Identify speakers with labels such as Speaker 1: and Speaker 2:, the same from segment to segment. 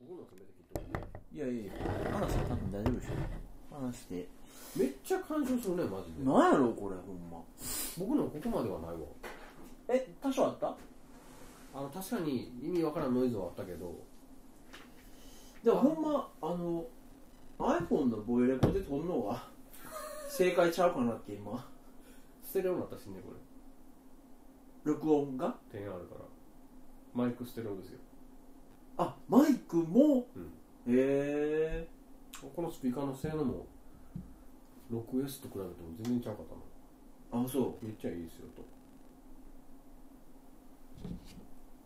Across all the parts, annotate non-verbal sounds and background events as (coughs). Speaker 1: 僕の爪先ってこと
Speaker 2: いやいや話は多分大丈夫でしょ話して
Speaker 1: めっちゃ干渉するねマジで
Speaker 2: なんやろこれほんま
Speaker 1: 僕のここまではないわ
Speaker 2: え多少あった
Speaker 1: あの確かに意味わからんノイズはあったけど
Speaker 2: でもほんまあの iPhone のボイレコで撮んの (laughs) が正解ちゃうかなって今
Speaker 1: ステレオになったしねこれ
Speaker 2: 録音が
Speaker 1: 点あるからマイクステレオですよ
Speaker 2: あマイクも、
Speaker 1: うん
Speaker 2: へえ
Speaker 1: このスピーカーの性能も 6S と比べても全然ちゃうかったな
Speaker 2: あそ
Speaker 1: めっちゃいいですよと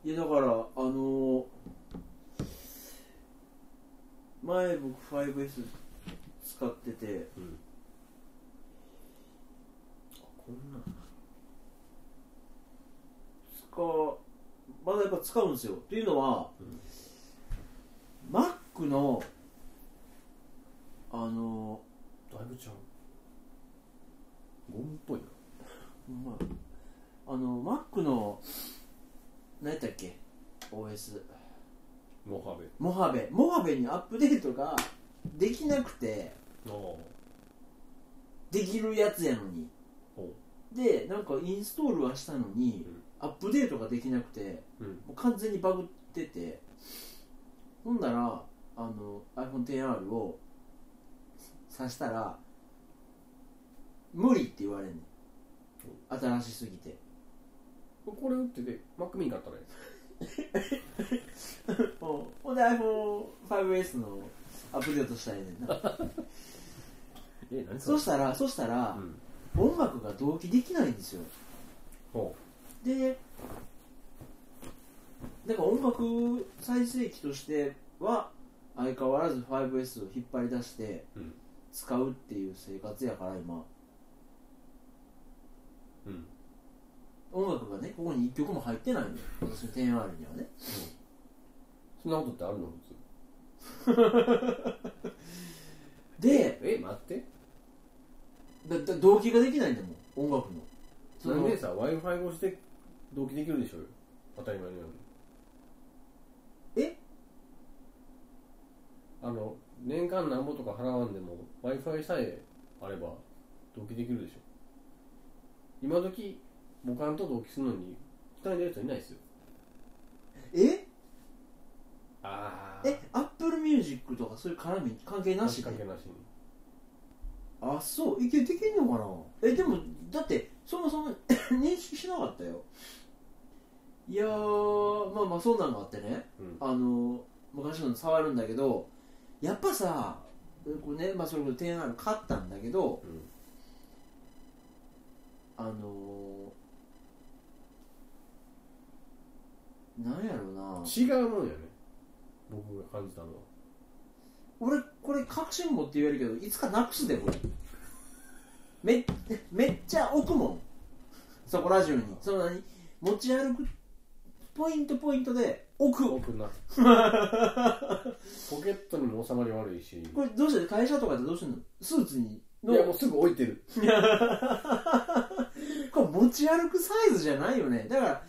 Speaker 2: ういやだからあのー前僕 5S 使ってて
Speaker 1: うんあこんなん
Speaker 2: 使うまだやっぱ使うんですよっていうのは、Mac のあのー
Speaker 1: だいぶちゃうゴムっぽいな
Speaker 2: ほんまやあの Mac の何やったっけ OS
Speaker 1: モハベ
Speaker 2: モハベモハベにアップデートができなくて
Speaker 1: ああほ
Speaker 2: できるやつやのに
Speaker 1: う
Speaker 2: でなんかインストールはしたのに、
Speaker 1: うん
Speaker 2: アップデートができなくて
Speaker 1: うん
Speaker 2: もう完全にバグっててほんならあの iPhone10R を挿したら無理って言われんねん新しすぎて
Speaker 1: これ打っててマックミニ買ったらいいです
Speaker 2: ほんで iPhone5S のアップデートしたいねんな
Speaker 1: え何
Speaker 2: そ
Speaker 1: れ
Speaker 2: したらそしたら
Speaker 1: う、ん
Speaker 2: 音楽が同期できないんですよ
Speaker 1: ほ
Speaker 2: でだから音楽再生機としては相変わらず 5S を引っ張り出して
Speaker 1: ううん
Speaker 2: 使うっていう生活やから今
Speaker 1: うん
Speaker 2: 音楽がねここに1曲も入ってないのよ私の 10R にはね
Speaker 1: そんなことってあるの普通
Speaker 2: で
Speaker 1: え待って
Speaker 2: だだ同期ができないんだもん音楽のそ
Speaker 1: なん
Speaker 2: の
Speaker 1: でさ w i f i 越して同期できるでしょうよ当たり前のように
Speaker 2: え
Speaker 1: あの年間なんぼとか払わんでも w i f i さえあれば同期できるでしょ今時母艦と同期するのに人に出る人いないですよ
Speaker 2: え
Speaker 1: あ
Speaker 2: えアップルミュージックとかそういう絡み関係なしで
Speaker 1: 関係なしに
Speaker 2: あそういけできんのかなえでもだってそも (coughs) そも認識しなかったよいやーまあまあそうなのがあってね
Speaker 1: うん
Speaker 2: あの昔の触るんだけどやっぱさこれねまあそれこそ提案ある買ったんだけど
Speaker 1: うん
Speaker 2: あのー、なんやろうな
Speaker 1: 違うもんやね僕が感じたのは
Speaker 2: 俺これ確信持って言えるけどいつかなくすでこれめめっちゃ置くもんそこラジオにその何持ち歩くポイントポイントで置く
Speaker 1: 奥なポケットにも収まり悪いしい
Speaker 2: これどうして会社とかでどうしてんのスーツにの
Speaker 1: やもうすぐ置いてる
Speaker 2: これ持ち歩くサイズじゃないよねだから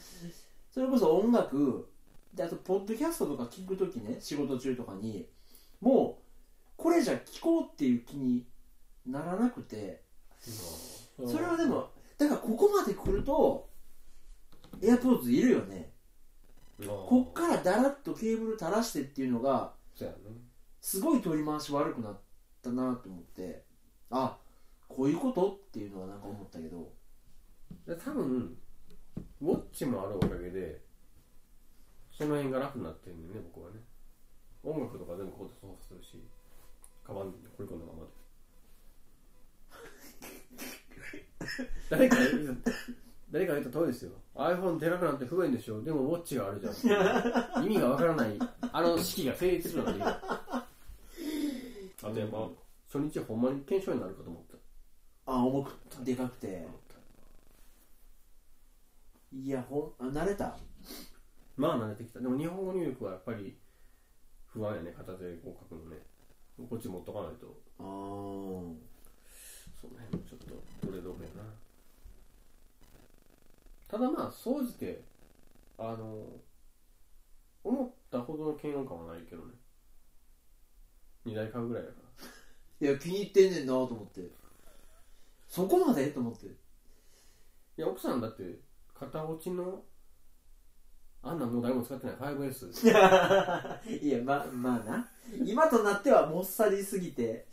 Speaker 2: それこそ音楽であとポッドキャストとか聞くときね仕事中とかにもうこれじゃ聞こうっていう気にならなくてそれはでもだからここまで来るとエアポーズいるよねこ
Speaker 1: こ
Speaker 2: っからだらっとケーブル垂らしてっていうのが
Speaker 1: そうやね
Speaker 2: すごい取り回し悪くなったなと思ってあこういうことっていうのはなんか思ったけど
Speaker 1: で多分ウォッチもあるおかげでその辺が楽になってるんだよね僕はね音楽とか全部こうやって操作するしカバンに放り込んだままで誰か言う誰か言った通りですよ iPhone 出なくなって不便でしょでもウォッチがあるじゃん意味がわからないあの式が成立するなんて言うあとやっぱ初日ほんまに検証になるかと思った
Speaker 2: あ重くでかくていやほんあ慣れた
Speaker 1: まあ慣れてきたでも日本語入力はやっぱり不安やね片手でこう書くのねこっち持っとかないと
Speaker 2: あー
Speaker 1: その辺もちょっとどれどれやなただまあ総じてあの思ったほどの嫌悪感はないけどね2台買うぐらいだか
Speaker 2: いや気に入ってんねんなと思ってそこまでと思って
Speaker 1: らいや奥さんだって片落ちのあんなんもう誰も使ってない (laughs) 5S
Speaker 2: いやままあな今となってはもっさりすぎて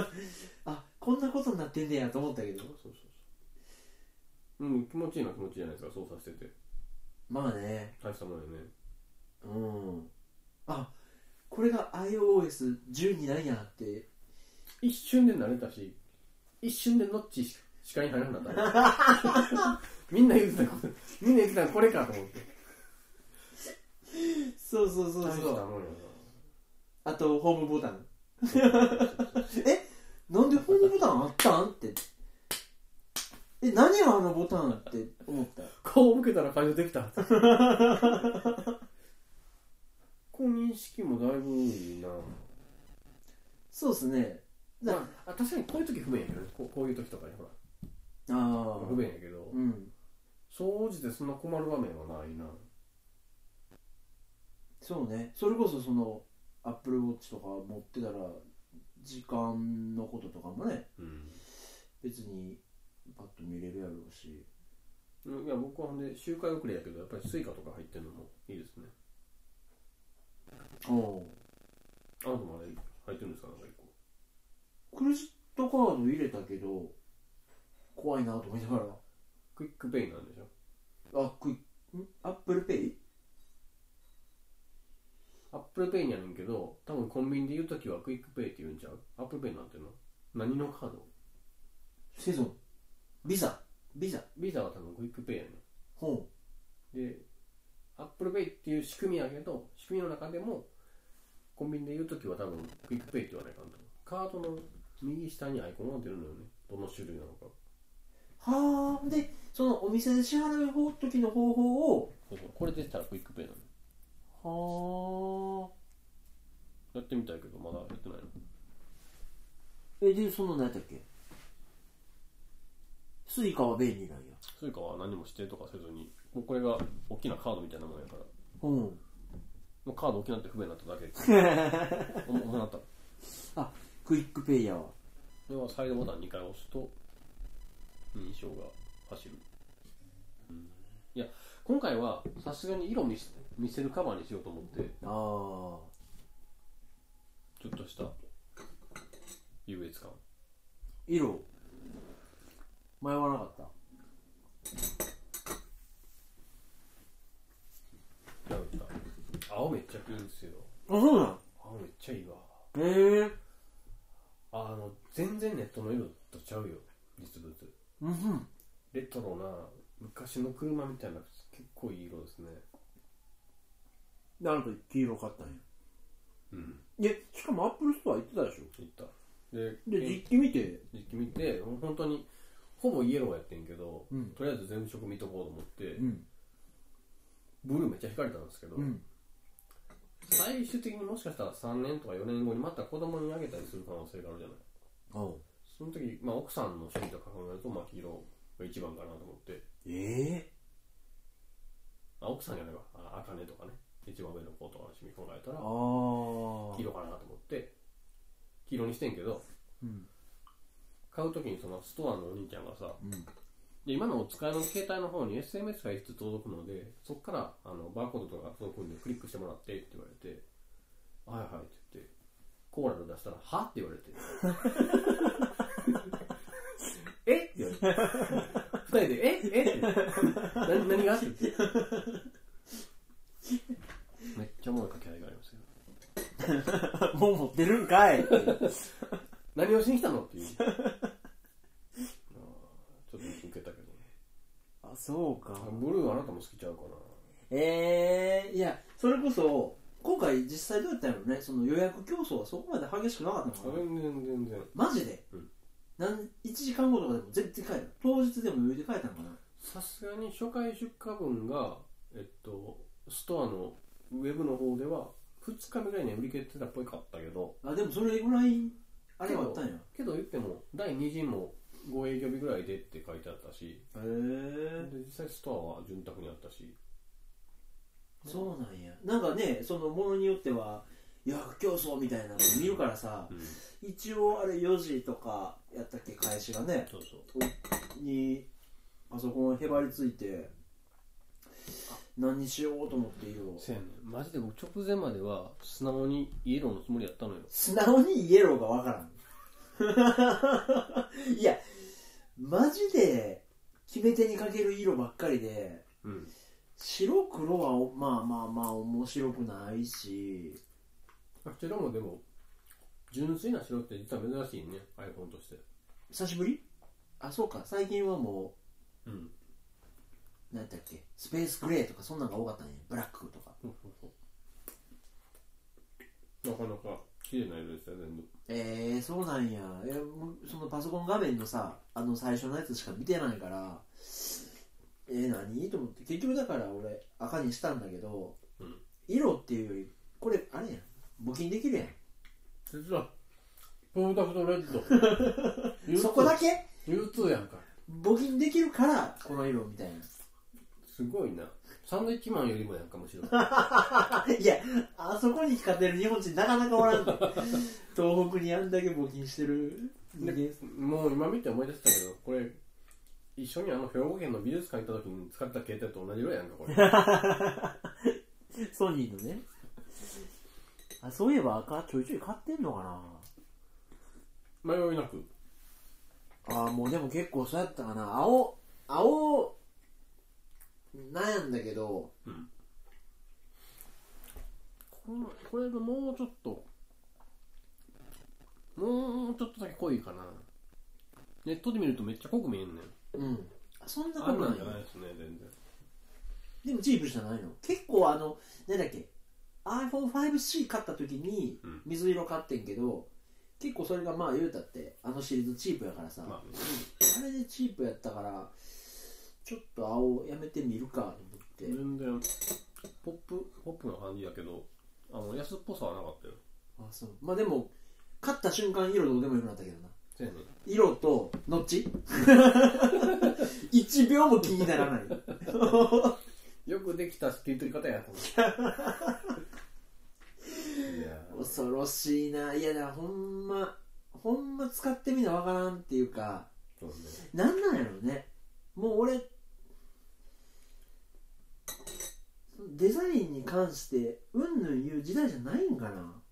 Speaker 2: (laughs) あこんなことになってんねやと思ったけど
Speaker 1: そうそうそううん気持ちいいのは気持ちいいじゃないですか操作してて
Speaker 2: まあね
Speaker 1: 大したもんよね
Speaker 2: うんあこれが iOS12 なんやって
Speaker 1: 一瞬で慣れたし一瞬でノッチしか視界に入らなかった
Speaker 2: (laughs)
Speaker 1: みんな言ってたことみんな言ってたのこれかと思って
Speaker 2: そうそうそ
Speaker 1: 大
Speaker 2: う
Speaker 1: し
Speaker 2: そ
Speaker 1: た
Speaker 2: う
Speaker 1: もんや
Speaker 2: あとホームボタン
Speaker 1: な
Speaker 2: (laughs) えなんでホームボタンあったんってえ何やあのボタンって思った
Speaker 1: 顔を向けたら解除できたこう認識もだいぶいいな
Speaker 2: そうですねだ
Speaker 1: まあ、確かにこういう時不便やけどねこうこういう時とかねほら
Speaker 2: ああ
Speaker 1: 不便やけど
Speaker 2: うん
Speaker 1: 総じてそんな困る場面はないな
Speaker 2: そうねそれこそそのアップルウォッチとか持ってたら時間のこととかもね
Speaker 1: うん
Speaker 2: 別にパッと見れるやろうし
Speaker 1: いや僕はほんで周回遅れやけどやっぱりスイカとか入ってるのもいいですね
Speaker 2: おお
Speaker 1: あなたもあれ入ってるんですかなんか一個
Speaker 2: クレジットカード入れたけど怖いなと思いなが
Speaker 1: クイックペイなんでしょ
Speaker 2: らあクイんアップルペイ
Speaker 1: アップルペイにやねんけど多分コンビニで言う時はクイックペイって言うんちゃうアップルペイなんていうの何のカード
Speaker 2: セゾンビザビザ
Speaker 1: ビザは多分クイックペイやね
Speaker 2: ほうん
Speaker 1: でアップルペイっていう仕組みやけど仕組みの中でもコンビニで言う時は多分クイックペイって言わないかんとカードの右下にアイコンが出るのよねどの種類なのか
Speaker 2: はあでそのお店で支払う方時の方法を
Speaker 1: そうそうこれ出てたらクイックペイなの
Speaker 2: はあ
Speaker 1: やってみたいけどまだやってないの
Speaker 2: えでその何やったっけスイカは便利なんや
Speaker 1: スイカは何も指定とかせずにもうこれが大きなカードみたいなもんやから
Speaker 2: うん
Speaker 1: もうカード大きなって不便になっただけ (laughs) お重なった
Speaker 2: あクイックペイヤーは
Speaker 1: ではサイドボタン2回押すと認証が走る、うんいや今回はさすがに色見せ見せるカバーにしようと思って
Speaker 2: ああ
Speaker 1: ちょっとした優越感
Speaker 2: 色迷わなかった
Speaker 1: なんか青めっちゃいいんですよ
Speaker 2: あそうなん
Speaker 1: 青めっちゃいいわ
Speaker 2: へえ
Speaker 1: あの全然ネットの色とちゃうよ実物
Speaker 2: うん
Speaker 1: レトロな昔の車みたいな結構いい色ですね
Speaker 2: なんと黄色買ったんや
Speaker 1: うん
Speaker 2: えしかもアップルストア行ってたでしょ
Speaker 1: いったで
Speaker 2: で実機見て
Speaker 1: 実機見て本当にほぼイエローやってんけど、
Speaker 2: うん
Speaker 1: とりあえず全色見とこうと思って、
Speaker 2: ん
Speaker 1: ブルーめっちゃ惹かれたんですけど、
Speaker 2: うん
Speaker 1: 最終的にもしかしたら3年とか4年後にまた子供にあげたりする可能性があるじゃない
Speaker 2: あ
Speaker 1: その時、まあ、奥さんの趣味とか考えると、まあ、黄色が一番かなと思って
Speaker 2: ええ
Speaker 1: あ奥さんじゃないわあ茜とかね一番上の子とかの趣味考えた
Speaker 2: あ
Speaker 1: ら
Speaker 2: あ
Speaker 1: 黄色かなと思って黄色にしてんけど
Speaker 2: うん
Speaker 1: 買う時にそのストアのお兄ちゃんがさ
Speaker 2: うん
Speaker 1: で今のお使いの携帯の方に SMS がいつ届くのでそこからあのバーコードとかが届くんでクリックしてもらってって言われて「はいはい」って言ってコーラで出したら「は?」って言われて (laughs) 「えっ?」て言われて2人で「ええっ?」て何何がって言ってめっちゃおもろい掛け合いがありましたよ
Speaker 2: もう持ってるんかい
Speaker 1: 何をしに来たのっていうあーちょっと受けたけどね
Speaker 2: (laughs) あそうか
Speaker 1: ブルーあなたも好きちゃうかな
Speaker 2: ええいやそれこそ今回実際どうやったんやろねその予約競争はそこまで激しくなかったのかな
Speaker 1: 全然全然
Speaker 2: マジで、
Speaker 1: うん
Speaker 2: なん1時間後とかでも全然帰る当日でも余裕で帰ったのかな
Speaker 1: さすがに初回出荷分が、えっと、ストアのウェブの方では2日目ぐらいには売り切れてたっぽいかったけど
Speaker 2: あでもそれぐらいあれはあったんやへ
Speaker 1: けど言っても第2陣も5営業日ぐらいでって書いてあったしで
Speaker 2: え
Speaker 1: 実際ストアは潤沢にあったし
Speaker 2: そうなんやなんかねそのものによっては予約競争みたいなの見るからさ
Speaker 1: うん、
Speaker 2: 一応あれ4時とかやったっけ開始がね
Speaker 1: そうそう
Speaker 2: にパソコンへばりついて何にしようと思っていいよ
Speaker 1: せやねんマジで僕直前までは素直にイエローのつもりやったのよ
Speaker 2: 素直にイエローがわからん (laughs) いやマジで決め手に欠ける色ばっかりで
Speaker 1: うん
Speaker 2: 白黒はおまあまあまあ面白くないし
Speaker 1: 白もでも純粋な白って実は珍しいねアイコンとして
Speaker 2: 久しぶりあそうか最近はも
Speaker 1: うん
Speaker 2: う何やったっけスペースグレーとかそんなんが多かったねブラックとか
Speaker 1: そうそうそうなかなか綺麗な色でしたよ全部
Speaker 2: えー、そうなんやいやもうそのパソコン画面のさあの最初のやつしか見てないからえー、何と思って結局だから俺赤にしたんだけど、
Speaker 1: うん
Speaker 2: 色っていうよりこれあれやん募金できるやん
Speaker 1: 実はプロダクトレ
Speaker 2: (laughs)
Speaker 1: ッド
Speaker 2: そこだけ
Speaker 1: U2 やんか
Speaker 2: 募金できるからこの色みたいな
Speaker 1: すごいなサンドイッチマンよりもやんか
Speaker 2: (laughs)
Speaker 1: むしろ
Speaker 2: (laughs) いやあそこに光ってる日本人なかなかおらんで (laughs) 東北にあんだけ募金してる人間
Speaker 1: もう今見て思い出したけどこれ一緒にあの兵庫県の美術館行った時に使った携帯と同じ色やんか
Speaker 2: (laughs)
Speaker 1: これ
Speaker 2: ソニーのねあそういえば赤ちょいちょい買ってんのかな
Speaker 1: 迷いなく
Speaker 2: ああもうでも結構そうやったかな青青悩んだけど
Speaker 1: このこれのもうちょっともうちょっとだけ濃いかなネットで見るとめっちゃ濃く見えんねん
Speaker 2: うんそんなこ
Speaker 1: あ
Speaker 2: と
Speaker 1: んなん
Speaker 2: ない
Speaker 1: じゃないですね全然
Speaker 2: でもチープじゃないの結構あのなんだっけ iPhone5C 買った時に
Speaker 1: うん
Speaker 2: 水色買ってんけど、結構それがまあ言うたってあのシリーズチープやからさ、
Speaker 1: まあ
Speaker 2: あれでチープやったからちょっと青やめてみるかと思って、
Speaker 1: 全然ポップポップな感じやけどあの安っぽさはなかったよ
Speaker 2: あそうまあでも買った瞬間色どうでもよくなったけどな
Speaker 1: せやね
Speaker 2: 色とノッチ一秒も気にならない
Speaker 1: よくできた切り取り方やと思って (laughs) いや
Speaker 2: 恐ろしいないやだからほんまほんま使ってみなわからんっていうか
Speaker 1: そうね
Speaker 2: なんなんやろうねもう俺デザインに関してうんぬん言う時代じゃないんかな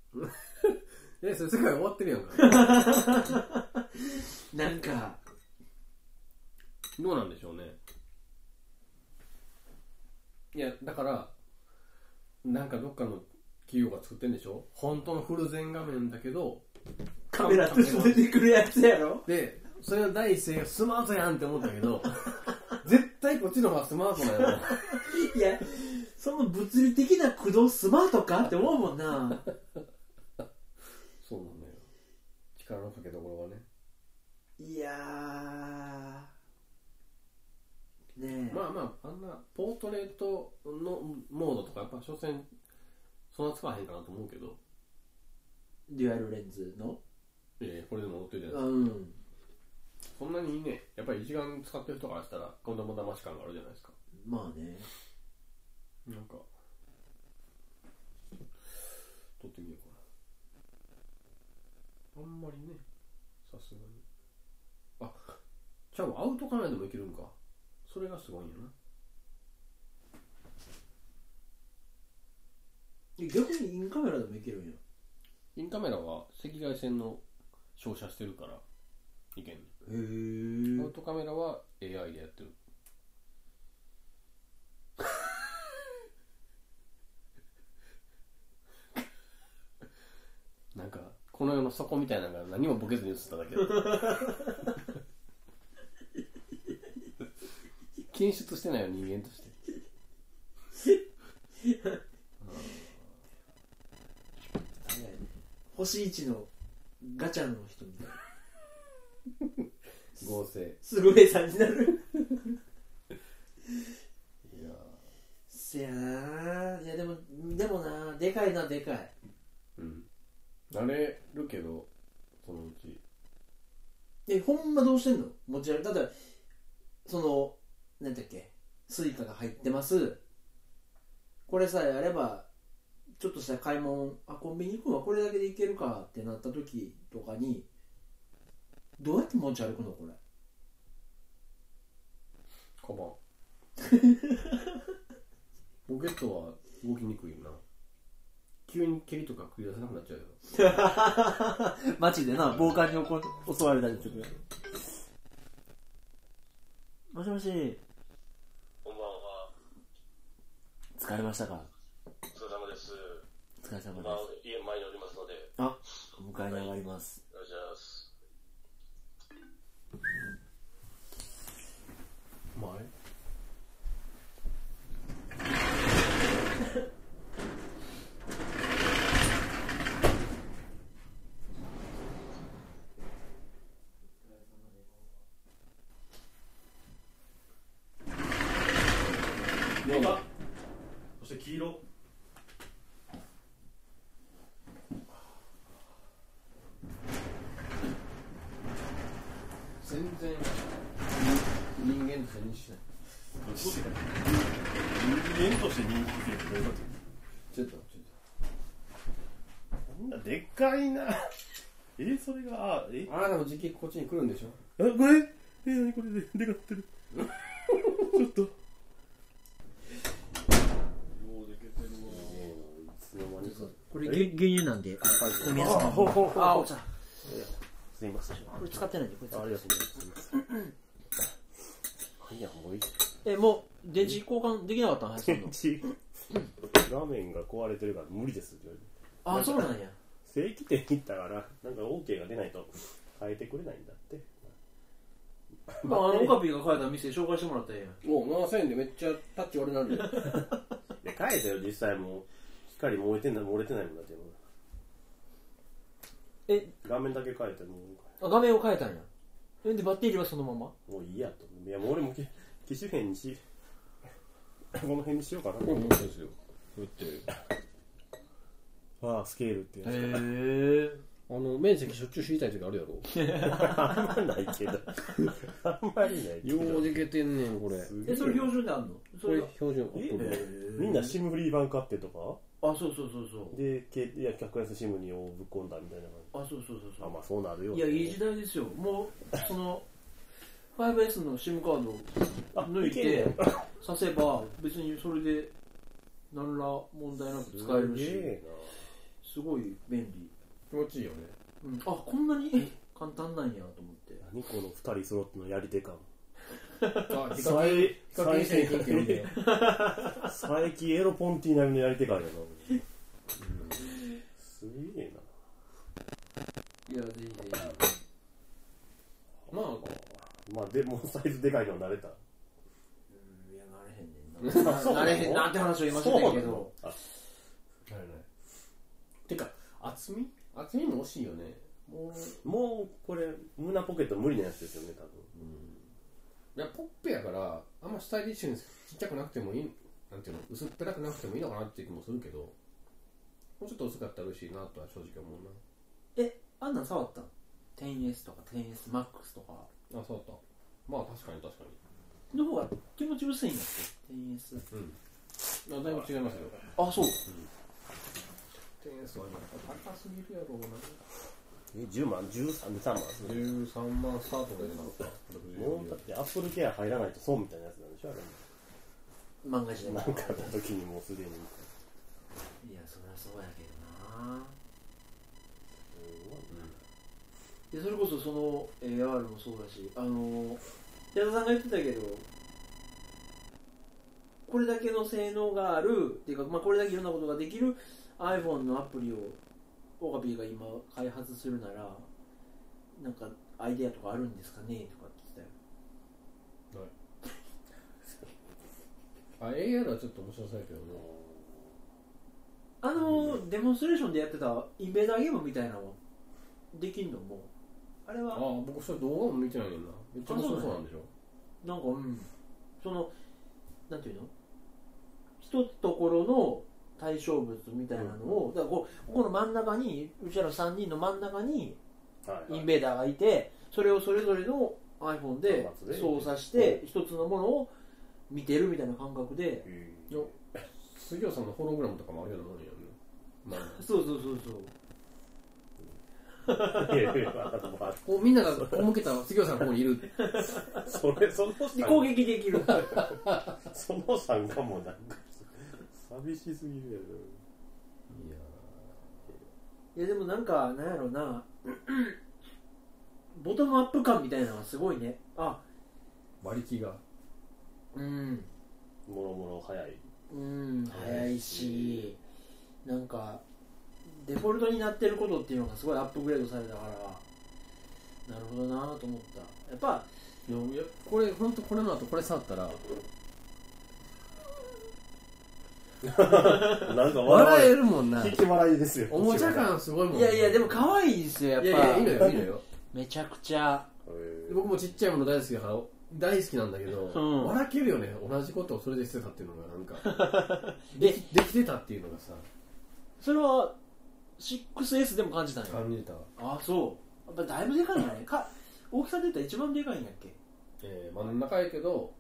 Speaker 1: えそれ世界終わってるやんか
Speaker 2: なんか
Speaker 1: (laughs) どうなんでしょうねいやだからなんかどっかの企業が作ってんでしょ本当のフル全画面だけど
Speaker 2: カメラとして出てくるやつやろ
Speaker 1: でそれの第一声がスマートやんって思ったけ (laughs) ど絶対こっちの方がスマートなんやろ
Speaker 2: いやその物理的な駆動スマートかって思うもんな
Speaker 1: そうなんだよ力のかけどころがね
Speaker 2: いやーねえ、
Speaker 1: まあまああんなポートレートのモードとかやっぱ所詮そんな使わへんかなと思うけど
Speaker 2: デュアルレンズの
Speaker 1: ええこれでも乗ってるじゃないですか
Speaker 2: うん
Speaker 1: そんなにねやっぱり一眼使ってる人からしたらこんなもだまし感があるじゃないですか
Speaker 2: まあね
Speaker 1: なんか撮ってみようかなあんまりねさすがにあじゃあアウトカメラでもいけるんかそれがすごいんやな
Speaker 2: 逆にインカメラでもいけるんや
Speaker 1: インカメラは赤外線の照射してるからいけんね
Speaker 2: へえ
Speaker 1: アウトカメラは AI でやってるなんかこの世の底みたいなのが何もボケずに映っただけだ検出してないよ人間として
Speaker 2: 星一のガチャの人みたいな
Speaker 1: 合成
Speaker 2: すごいさんになる
Speaker 1: いや
Speaker 2: せやないやでもでもなでかいなでかい
Speaker 1: うん慣れるけどそのうち
Speaker 2: えほんまどうしてんの持ち歩いただってそのなんだっけスイカが入ってますこれさえあればちょっとした買い物あコンビニ行くのはこれだけで行けるかってなった時とかにどうやって持ち歩くのこ (laughs) れ
Speaker 1: カ (laughs) バンポケットは動きにくいよな急に蹴りとか繰り出せなくなっちゃうよ
Speaker 2: 街でな暴漢に怒襲われたりするもしもし
Speaker 3: こんばんは。
Speaker 2: 疲れましたか
Speaker 3: お疲れ様です。
Speaker 2: お疲れ様
Speaker 3: 今、家前におりますので、よ
Speaker 2: あお迎えに上がります
Speaker 3: ろしくお願いします。
Speaker 1: 前
Speaker 4: でかそして黄色
Speaker 1: 全然人間として認識しない
Speaker 4: 人間として人気ってどういうこ
Speaker 1: ちょっとちょっ
Speaker 4: とみんなでっかいなえそれがあえ
Speaker 1: とあなたも時期こっちに来るんでしょ
Speaker 4: あこれえ何これででかってるちょっとようでけてる
Speaker 1: いつの間にか
Speaker 2: これ牛乳なんで飲みやすい
Speaker 4: わほうほうほう
Speaker 2: あお茶
Speaker 4: すいませんあ
Speaker 2: これ使ってないんでこれ
Speaker 4: りがとうございますいやもういい
Speaker 2: えもう電池交換できなかったの林さんの
Speaker 4: ラーメンが壊れてるから無理ですって言われ
Speaker 2: (laughs) あ
Speaker 4: て
Speaker 2: そうなんや
Speaker 4: 正規店行ったからなんか OK が出ないと変えてくれないんだって
Speaker 2: まああのオカピーが書いた店紹介してもらったらええやん
Speaker 1: おう7000円でめっちゃタッチ悪なるよ
Speaker 4: で変えたよ実際もう光漏れてんな漏れてないもんだっても
Speaker 2: え
Speaker 4: う画面だけ変えても
Speaker 2: あ画面を変えたんやえでバッテリーはそのまま
Speaker 4: うもういいやといやもう俺もけ機種変にしこの辺にしようかな
Speaker 1: うんそうですよだって
Speaker 4: ああスケールってや
Speaker 2: へ
Speaker 1: (laughs) あの面積しょっちゅう知りたい時あるやろ
Speaker 4: つあんまないけどあんまりないけど
Speaker 1: ようでけてんねんこれ
Speaker 4: すげ
Speaker 2: え
Speaker 4: え
Speaker 2: それ標準であんのそ
Speaker 1: こ
Speaker 2: れ
Speaker 1: れ
Speaker 2: が
Speaker 1: 標準ア
Speaker 4: え
Speaker 1: ップル
Speaker 4: みんなシムフリー版買ってとか
Speaker 2: あそうそうそうそう
Speaker 4: でけいや格安シムにをぶっ込んだみたいな感
Speaker 2: あそうそうそう
Speaker 4: じ
Speaker 2: そ
Speaker 4: あ
Speaker 2: う
Speaker 4: まあそうなるよ
Speaker 2: いやいい時代ですよもうその 5S の SIM カードを
Speaker 4: あ
Speaker 2: 抜い
Speaker 4: けんね
Speaker 2: て
Speaker 4: や
Speaker 2: (laughs) させば別にそれで何ら問題なく使える
Speaker 4: すげ
Speaker 2: し
Speaker 4: えな
Speaker 2: すごい便利、
Speaker 1: 気持ちいい (laughs) よね
Speaker 2: うん、あこんなに簡単なんやと思って
Speaker 4: 何この二人揃ってのやり手感
Speaker 1: あヒカキン
Speaker 4: 最
Speaker 1: ヒカキン製品って呼んでよ
Speaker 4: 最近エロポンティ並みのやり手感やなすげえない
Speaker 2: やぜひぜ
Speaker 1: まあ
Speaker 4: まあでもサイズでかいのは慣れた
Speaker 2: ひいやなれへんねん (laughs) ななれへんなって話を今してたんやけど
Speaker 4: あ
Speaker 1: はいはい (laughs) てか厚み厚みも惜しいよねもう
Speaker 4: もうこれ胸ポケット無理なやつですよね多分
Speaker 1: いやポップやからあんまスタイリッシュにちっちゃくなくてもいいなんていうの薄っぺらくなくてもいいのかなっていう気もするけどもうちょっと薄かったら嬉しいなとは正直思う
Speaker 2: えあんなん触ったん 10S とか 10SMAX とか
Speaker 1: なあそうだったまあ確かに確かに
Speaker 2: の方が気持ち薄いんやって 10S
Speaker 1: あだいぶ違いますよ
Speaker 2: あそう
Speaker 1: 点数は高すぎるやろうな
Speaker 4: え10万13万ですね
Speaker 1: 13万スタートでなのか
Speaker 4: もうだってアップルケア入らないと損みたいなやつなんでしょあれ
Speaker 2: 漫画時代
Speaker 4: なんかあった時にもうすでに
Speaker 2: いやそりゃそうやけどなでそれこそその AR もそうだしあの寺田さんが言ってたけどこれだけの性能があるっていうか、まあ、これだけいろんなことができる iPhone のアプリをオカピーが今開発するならなんかアイデアとかあるんですかねとかって言ってたよ
Speaker 1: あ AR はちょっと面白そうやけどな
Speaker 2: あのデモンストレーションでやってたインベーダーゲームみたいなのはできんのもうあれは
Speaker 1: あ僕それ動画も見てないねんなめっちゃ面白そうなんでしょ
Speaker 2: なんか、うん、その、なんていうの一つところの対象物みたいなのを、だからこうここの真ん中に、うちらの3人の真ん中に
Speaker 4: は
Speaker 2: イ
Speaker 4: いは
Speaker 2: ン
Speaker 4: い
Speaker 2: ベーダーがいて、それをそれぞれの iPhone で
Speaker 4: 端末で
Speaker 2: 操作して、一つのものを見てるみたいな感覚で、
Speaker 4: うん
Speaker 1: いや杉尾さんのホログラムとかもあるようなもんやんねまあ、
Speaker 2: そうそうそうそう
Speaker 4: いやいや、まあ、
Speaker 1: こうみんながこう向けたら杉浦さんの方にいる
Speaker 4: それ、その
Speaker 2: で攻
Speaker 4: さ
Speaker 2: 撃できる
Speaker 4: ん、そのさんがもうなんか、寂しすぎる
Speaker 1: いや
Speaker 4: や
Speaker 2: いやでもなんかなんやろうな (clears throat) ボトムアップ感みたいなのはすごいねあ
Speaker 1: 馬力が
Speaker 2: うん
Speaker 4: ろ。もろもろ早い。
Speaker 2: うん早いしなんかデフォルトになってることっていうのがすごいアップグレードされたからなるほどなと思ったやっぱでもや
Speaker 1: これ本当これの後これ触ったら
Speaker 4: なんか
Speaker 1: 笑
Speaker 4: 笑
Speaker 1: えるもんな
Speaker 4: え、引き笑いですよ。
Speaker 1: おもちゃ感すごいもん
Speaker 2: いやいやでも可愛いですよやっぱ
Speaker 1: いやいやいいのよいいのよ
Speaker 2: めちゃくちゃ
Speaker 4: えー。
Speaker 1: 僕もちっちゃいもの大好きだから大好きなんだけど、
Speaker 2: うん
Speaker 1: 笑けるよね同じことをそれでしてたっていうのがなんか
Speaker 2: (laughs)
Speaker 1: できできてたっていうのがさ
Speaker 2: それは 6S でも感じたんや
Speaker 1: 感じたわ、
Speaker 2: あそうやっぱだいぶでかいんじゃないか大きさで言ったら一番でかいんやっけ
Speaker 1: えー、真ん中やけど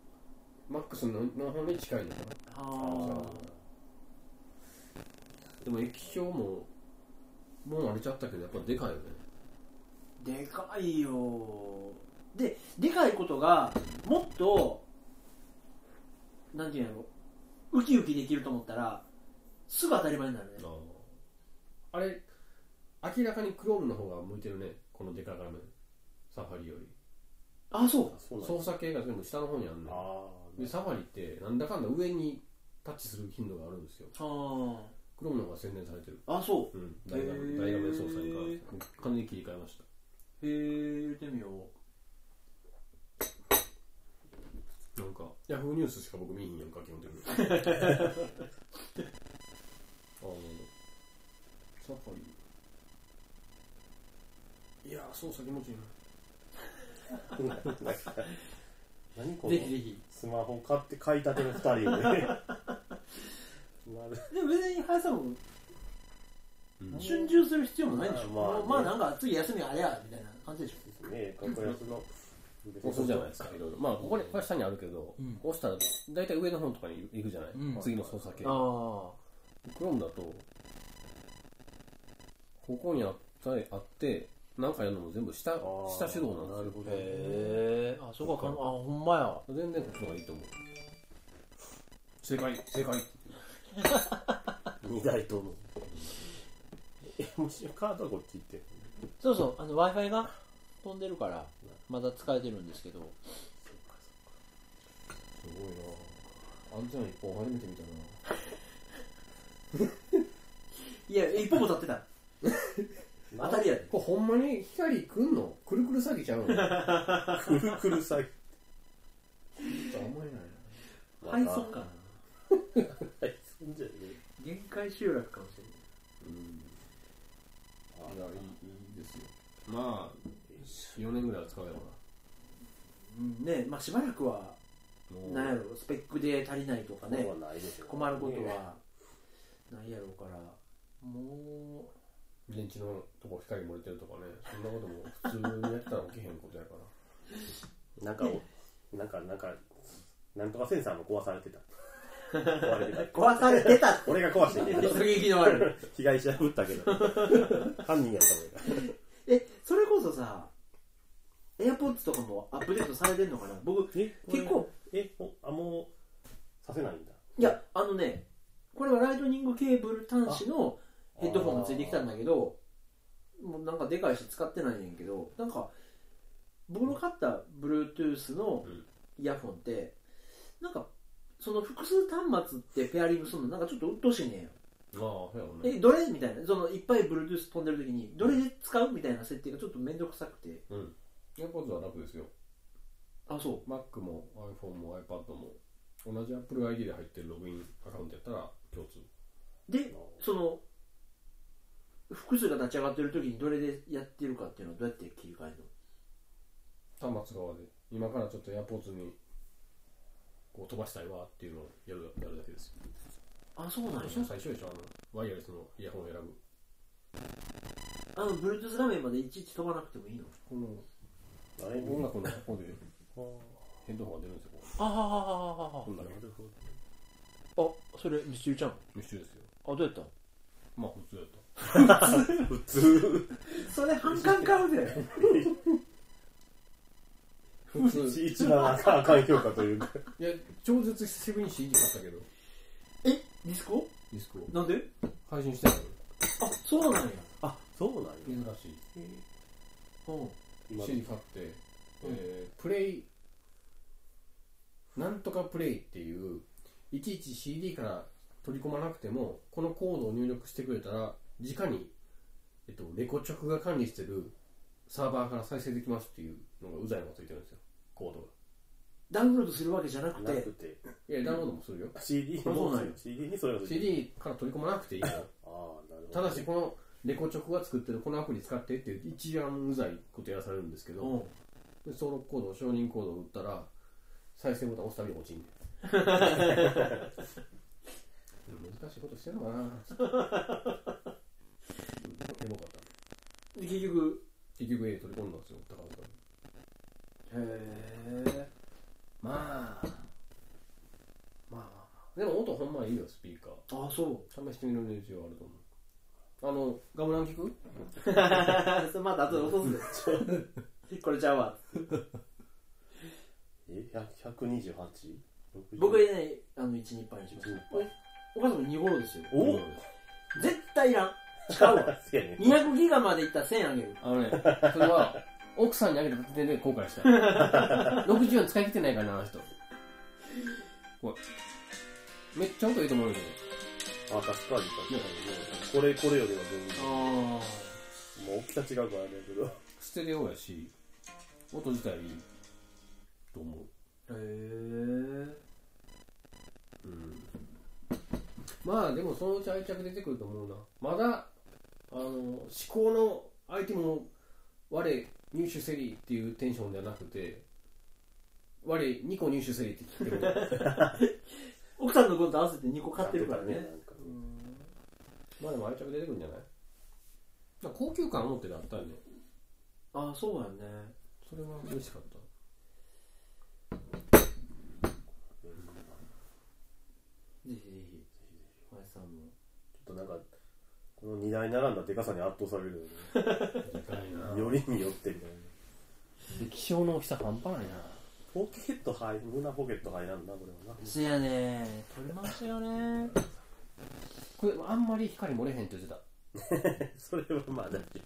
Speaker 1: マックスのの方に近いのか
Speaker 2: あ
Speaker 1: なでも液晶ももう慣れちゃったけどやっぱでかいよね
Speaker 2: でかいよででかいことがもっとなんていうんやろウキウキできると思ったらすぐ当たり前になるね
Speaker 1: あれ明らかにクロームの方が向いてるねこのでかい画面サファリより
Speaker 2: あそう
Speaker 4: あそうなんだ
Speaker 1: 操作系が全部下の方にあるね
Speaker 4: あー
Speaker 1: でサファリってなんだかんだ上にタッチする頻度があるんですよ
Speaker 2: あ
Speaker 1: クロームの方が洗練されてる
Speaker 2: ああそ
Speaker 1: うん大画
Speaker 2: へ
Speaker 1: 面
Speaker 2: ー
Speaker 1: 大画面操作に関してもう完全に切り替えました
Speaker 2: うへえ入れてみよう
Speaker 1: なんかヤフーニュースしか僕見ひんやんか基本 (laughs) 的にあのサファリいやー操作気持ちいいな
Speaker 4: 何こ
Speaker 2: ぜひぜ
Speaker 4: の
Speaker 2: ひ
Speaker 4: スマホ買って買いたての二人をね。なる
Speaker 2: でも別に林さんも
Speaker 1: うん
Speaker 2: 春秋する必要もないんでしょ
Speaker 4: まあまあ
Speaker 2: もうまあなんか次休みあれやみたいな感じでしょ
Speaker 4: ね格安の。
Speaker 1: 押すじゃないですかいろいろまあここにこれ下にあるけど、
Speaker 2: うん
Speaker 1: 押したら大体上の方とかに行くじゃない、
Speaker 2: うん
Speaker 1: 次の操作系ク
Speaker 2: あ
Speaker 1: ロームだとここにあったあってなんかやるのも全部下
Speaker 4: あー
Speaker 1: 下手動なんですよ
Speaker 2: あへえあそうかかんあほんまや
Speaker 1: 全然こっちの方がいいと思う正解正解
Speaker 4: 二台とも。え、もしカードはこっち行
Speaker 1: (laughs)
Speaker 4: って。
Speaker 2: そうそうあの w i f i が飛んでるからまだ使えてるんですけど
Speaker 1: すごいなあんちゃん一本初めて見たない
Speaker 2: や一歩も立って (laughs) た当たりやで
Speaker 1: これほんまに光くんのくるくる詐欺ちゃう (laughs) のちょっ
Speaker 4: くるくる詐欺。
Speaker 1: と甘いな
Speaker 2: はいそっか
Speaker 4: はい、そんじゃねえ
Speaker 2: 限界集落かもしれない
Speaker 1: うん
Speaker 4: あ
Speaker 1: いやいいいいですよまあ4年ぐらいは使うやろ
Speaker 2: うんねまあしばらくは
Speaker 1: うな
Speaker 2: なんやろスペックで足りないとかね
Speaker 4: ないですよ
Speaker 2: 困ること
Speaker 4: ね
Speaker 2: はないやろうからもう
Speaker 1: 電池のとこ光漏れてるとかねそんなことも普通にやってたら起きへんことや (laughs) から
Speaker 4: なんかおなんかなんかなんとかセンサーも壊されてた壊れてた
Speaker 2: 壊されて (laughs) た
Speaker 4: 俺が壊してんね
Speaker 2: 突撃のある
Speaker 4: 被害者ぶったけど犯人やった俺が
Speaker 2: えそれこそさ AirPods とかもアップデートされてんのかな僕
Speaker 4: え
Speaker 2: 結構
Speaker 4: えおあもうさせないんだ
Speaker 2: いやあのねこれはライトニングケーブル端子のヘッドフォンがついてきたんだけどもうなんかでかいし使ってないねんけどなんか僕の買った Bluetooth の
Speaker 1: うん
Speaker 2: イヤホンってなんかその複数端末ってペアリングするのなんかちょっと鬱陶しいねんよ
Speaker 1: ああそうやろね
Speaker 2: えどれみたいなそのいっぱい Bluetooth 飛んでる時にどれで使うみたいな設定がちょっと面倒くさくて
Speaker 1: うんエアポッドは楽ですよ
Speaker 2: あそう
Speaker 1: Mac も iPhone も iPad も同じ Apple ID で入ってるログインアカウントやったら共通
Speaker 2: でその複数が立ち上がってる時にどれでやってるかっていうのはどうやって切り替えるの
Speaker 1: 端末側で今からちょっとエアポッドにこう飛ばしたいわっていうのをやるやるだけですよ
Speaker 2: あそうなんや
Speaker 1: 私は最初でしょあのワイヤレスのイヤホンを選ぶ
Speaker 2: あの Bluetooth 画面までいちいち飛ばなくてもいいの
Speaker 1: この
Speaker 4: あれ
Speaker 1: 音楽のここで
Speaker 4: あー
Speaker 1: ヘッドホンが出るんですよこ
Speaker 2: あははは
Speaker 1: うこんだけ
Speaker 4: なるほど
Speaker 2: ははあそれミスチルちゃんあ
Speaker 1: 密集ですよ
Speaker 2: どうやった
Speaker 1: まあ普通やった
Speaker 4: 普通
Speaker 2: それ反感買うで
Speaker 1: 普通
Speaker 4: 一番あかんあかん評価というか
Speaker 1: (laughs) いや超絶久しぶりに CD 買ったけど
Speaker 2: えディスコ
Speaker 1: ディスクを
Speaker 2: なんで
Speaker 1: 配信してない
Speaker 2: あそうなんや
Speaker 4: あそうなんや
Speaker 1: 珍しい
Speaker 2: うん
Speaker 4: 今
Speaker 1: CD 買って、えープレイなんとかプレイっていういちいち CD から取り込まなくてもこのコードを入力してくれたら直に、えっと、レコチョクが管理してるサーバーから再生できますっていうのがうざいのがついてるんですよコードが
Speaker 2: ダウンロードするわけじゃなく
Speaker 4: なく
Speaker 2: て
Speaker 1: い
Speaker 4: て
Speaker 1: やダウンロードもするよ
Speaker 4: CD
Speaker 2: あそう
Speaker 4: も
Speaker 2: なんや
Speaker 4: CD にそれがついてる
Speaker 1: CD から取り込まなくていいから
Speaker 4: ああなるほど
Speaker 1: ただしこのレコチョクが作ってるこのアプリ使ってっていう一番うざいことやらされるんですけど、
Speaker 2: うん
Speaker 1: で登録コード承認コードを打ったら再生ボタン押すたびに落ちんねん難しいことしてんのかなうんエモかった
Speaker 2: で結局
Speaker 1: 結局 A 取り込んだんですよ高岡さん
Speaker 2: へえまあまあま
Speaker 1: でも音ほんまいいよスピーカ
Speaker 2: あああそ
Speaker 1: ー試してみる練習はあると思うあのガムラン聞く
Speaker 2: う (laughs) それまた後で落とすでこれちゃうわ
Speaker 4: え1 2 8
Speaker 2: 僕ねあの12杯にしますお母さんも2頃ですよ
Speaker 4: お
Speaker 2: 絶対いらん違う (laughs) わ
Speaker 4: そうやね
Speaker 2: 200ギガまでいったら1000あげる
Speaker 1: あのねそれは奥さんにあげた点で後悔した (laughs) 64使い切ってないからなあの人怖いめっちゃ音いいと思うんだけど
Speaker 4: あ確かに確かにねこれこれよりは全然
Speaker 2: あ
Speaker 4: もう大きさ違うからねけど
Speaker 1: ステレオやし音自体いいと思
Speaker 2: あへえ
Speaker 1: ううんまあでもそのうち愛着出てくると思うなまだあの思考のアイテムを我入手せりっていうテンションではなくて我2個入手せりって聞い (laughs) てる
Speaker 2: 奥さんのこと合わせて2個買ってるからね
Speaker 4: なんか
Speaker 1: まあでも愛着出てくるんじゃないなんか高級感を持ってたあったよね
Speaker 2: ああそうやね
Speaker 1: それは嬉しかった
Speaker 2: ぜひぜひおやじさんも
Speaker 4: ちょっとなんかこの荷台並んだでかさに圧倒されるよねよりによってみたいな
Speaker 1: 歴史の大きさ半端ないな
Speaker 4: ポケット入胸ポケット入らんなこれはな (laughs)
Speaker 2: せやね取れました
Speaker 1: (laughs)
Speaker 2: よね
Speaker 1: これあんまり光漏れへんって言ってた
Speaker 4: それはまあだって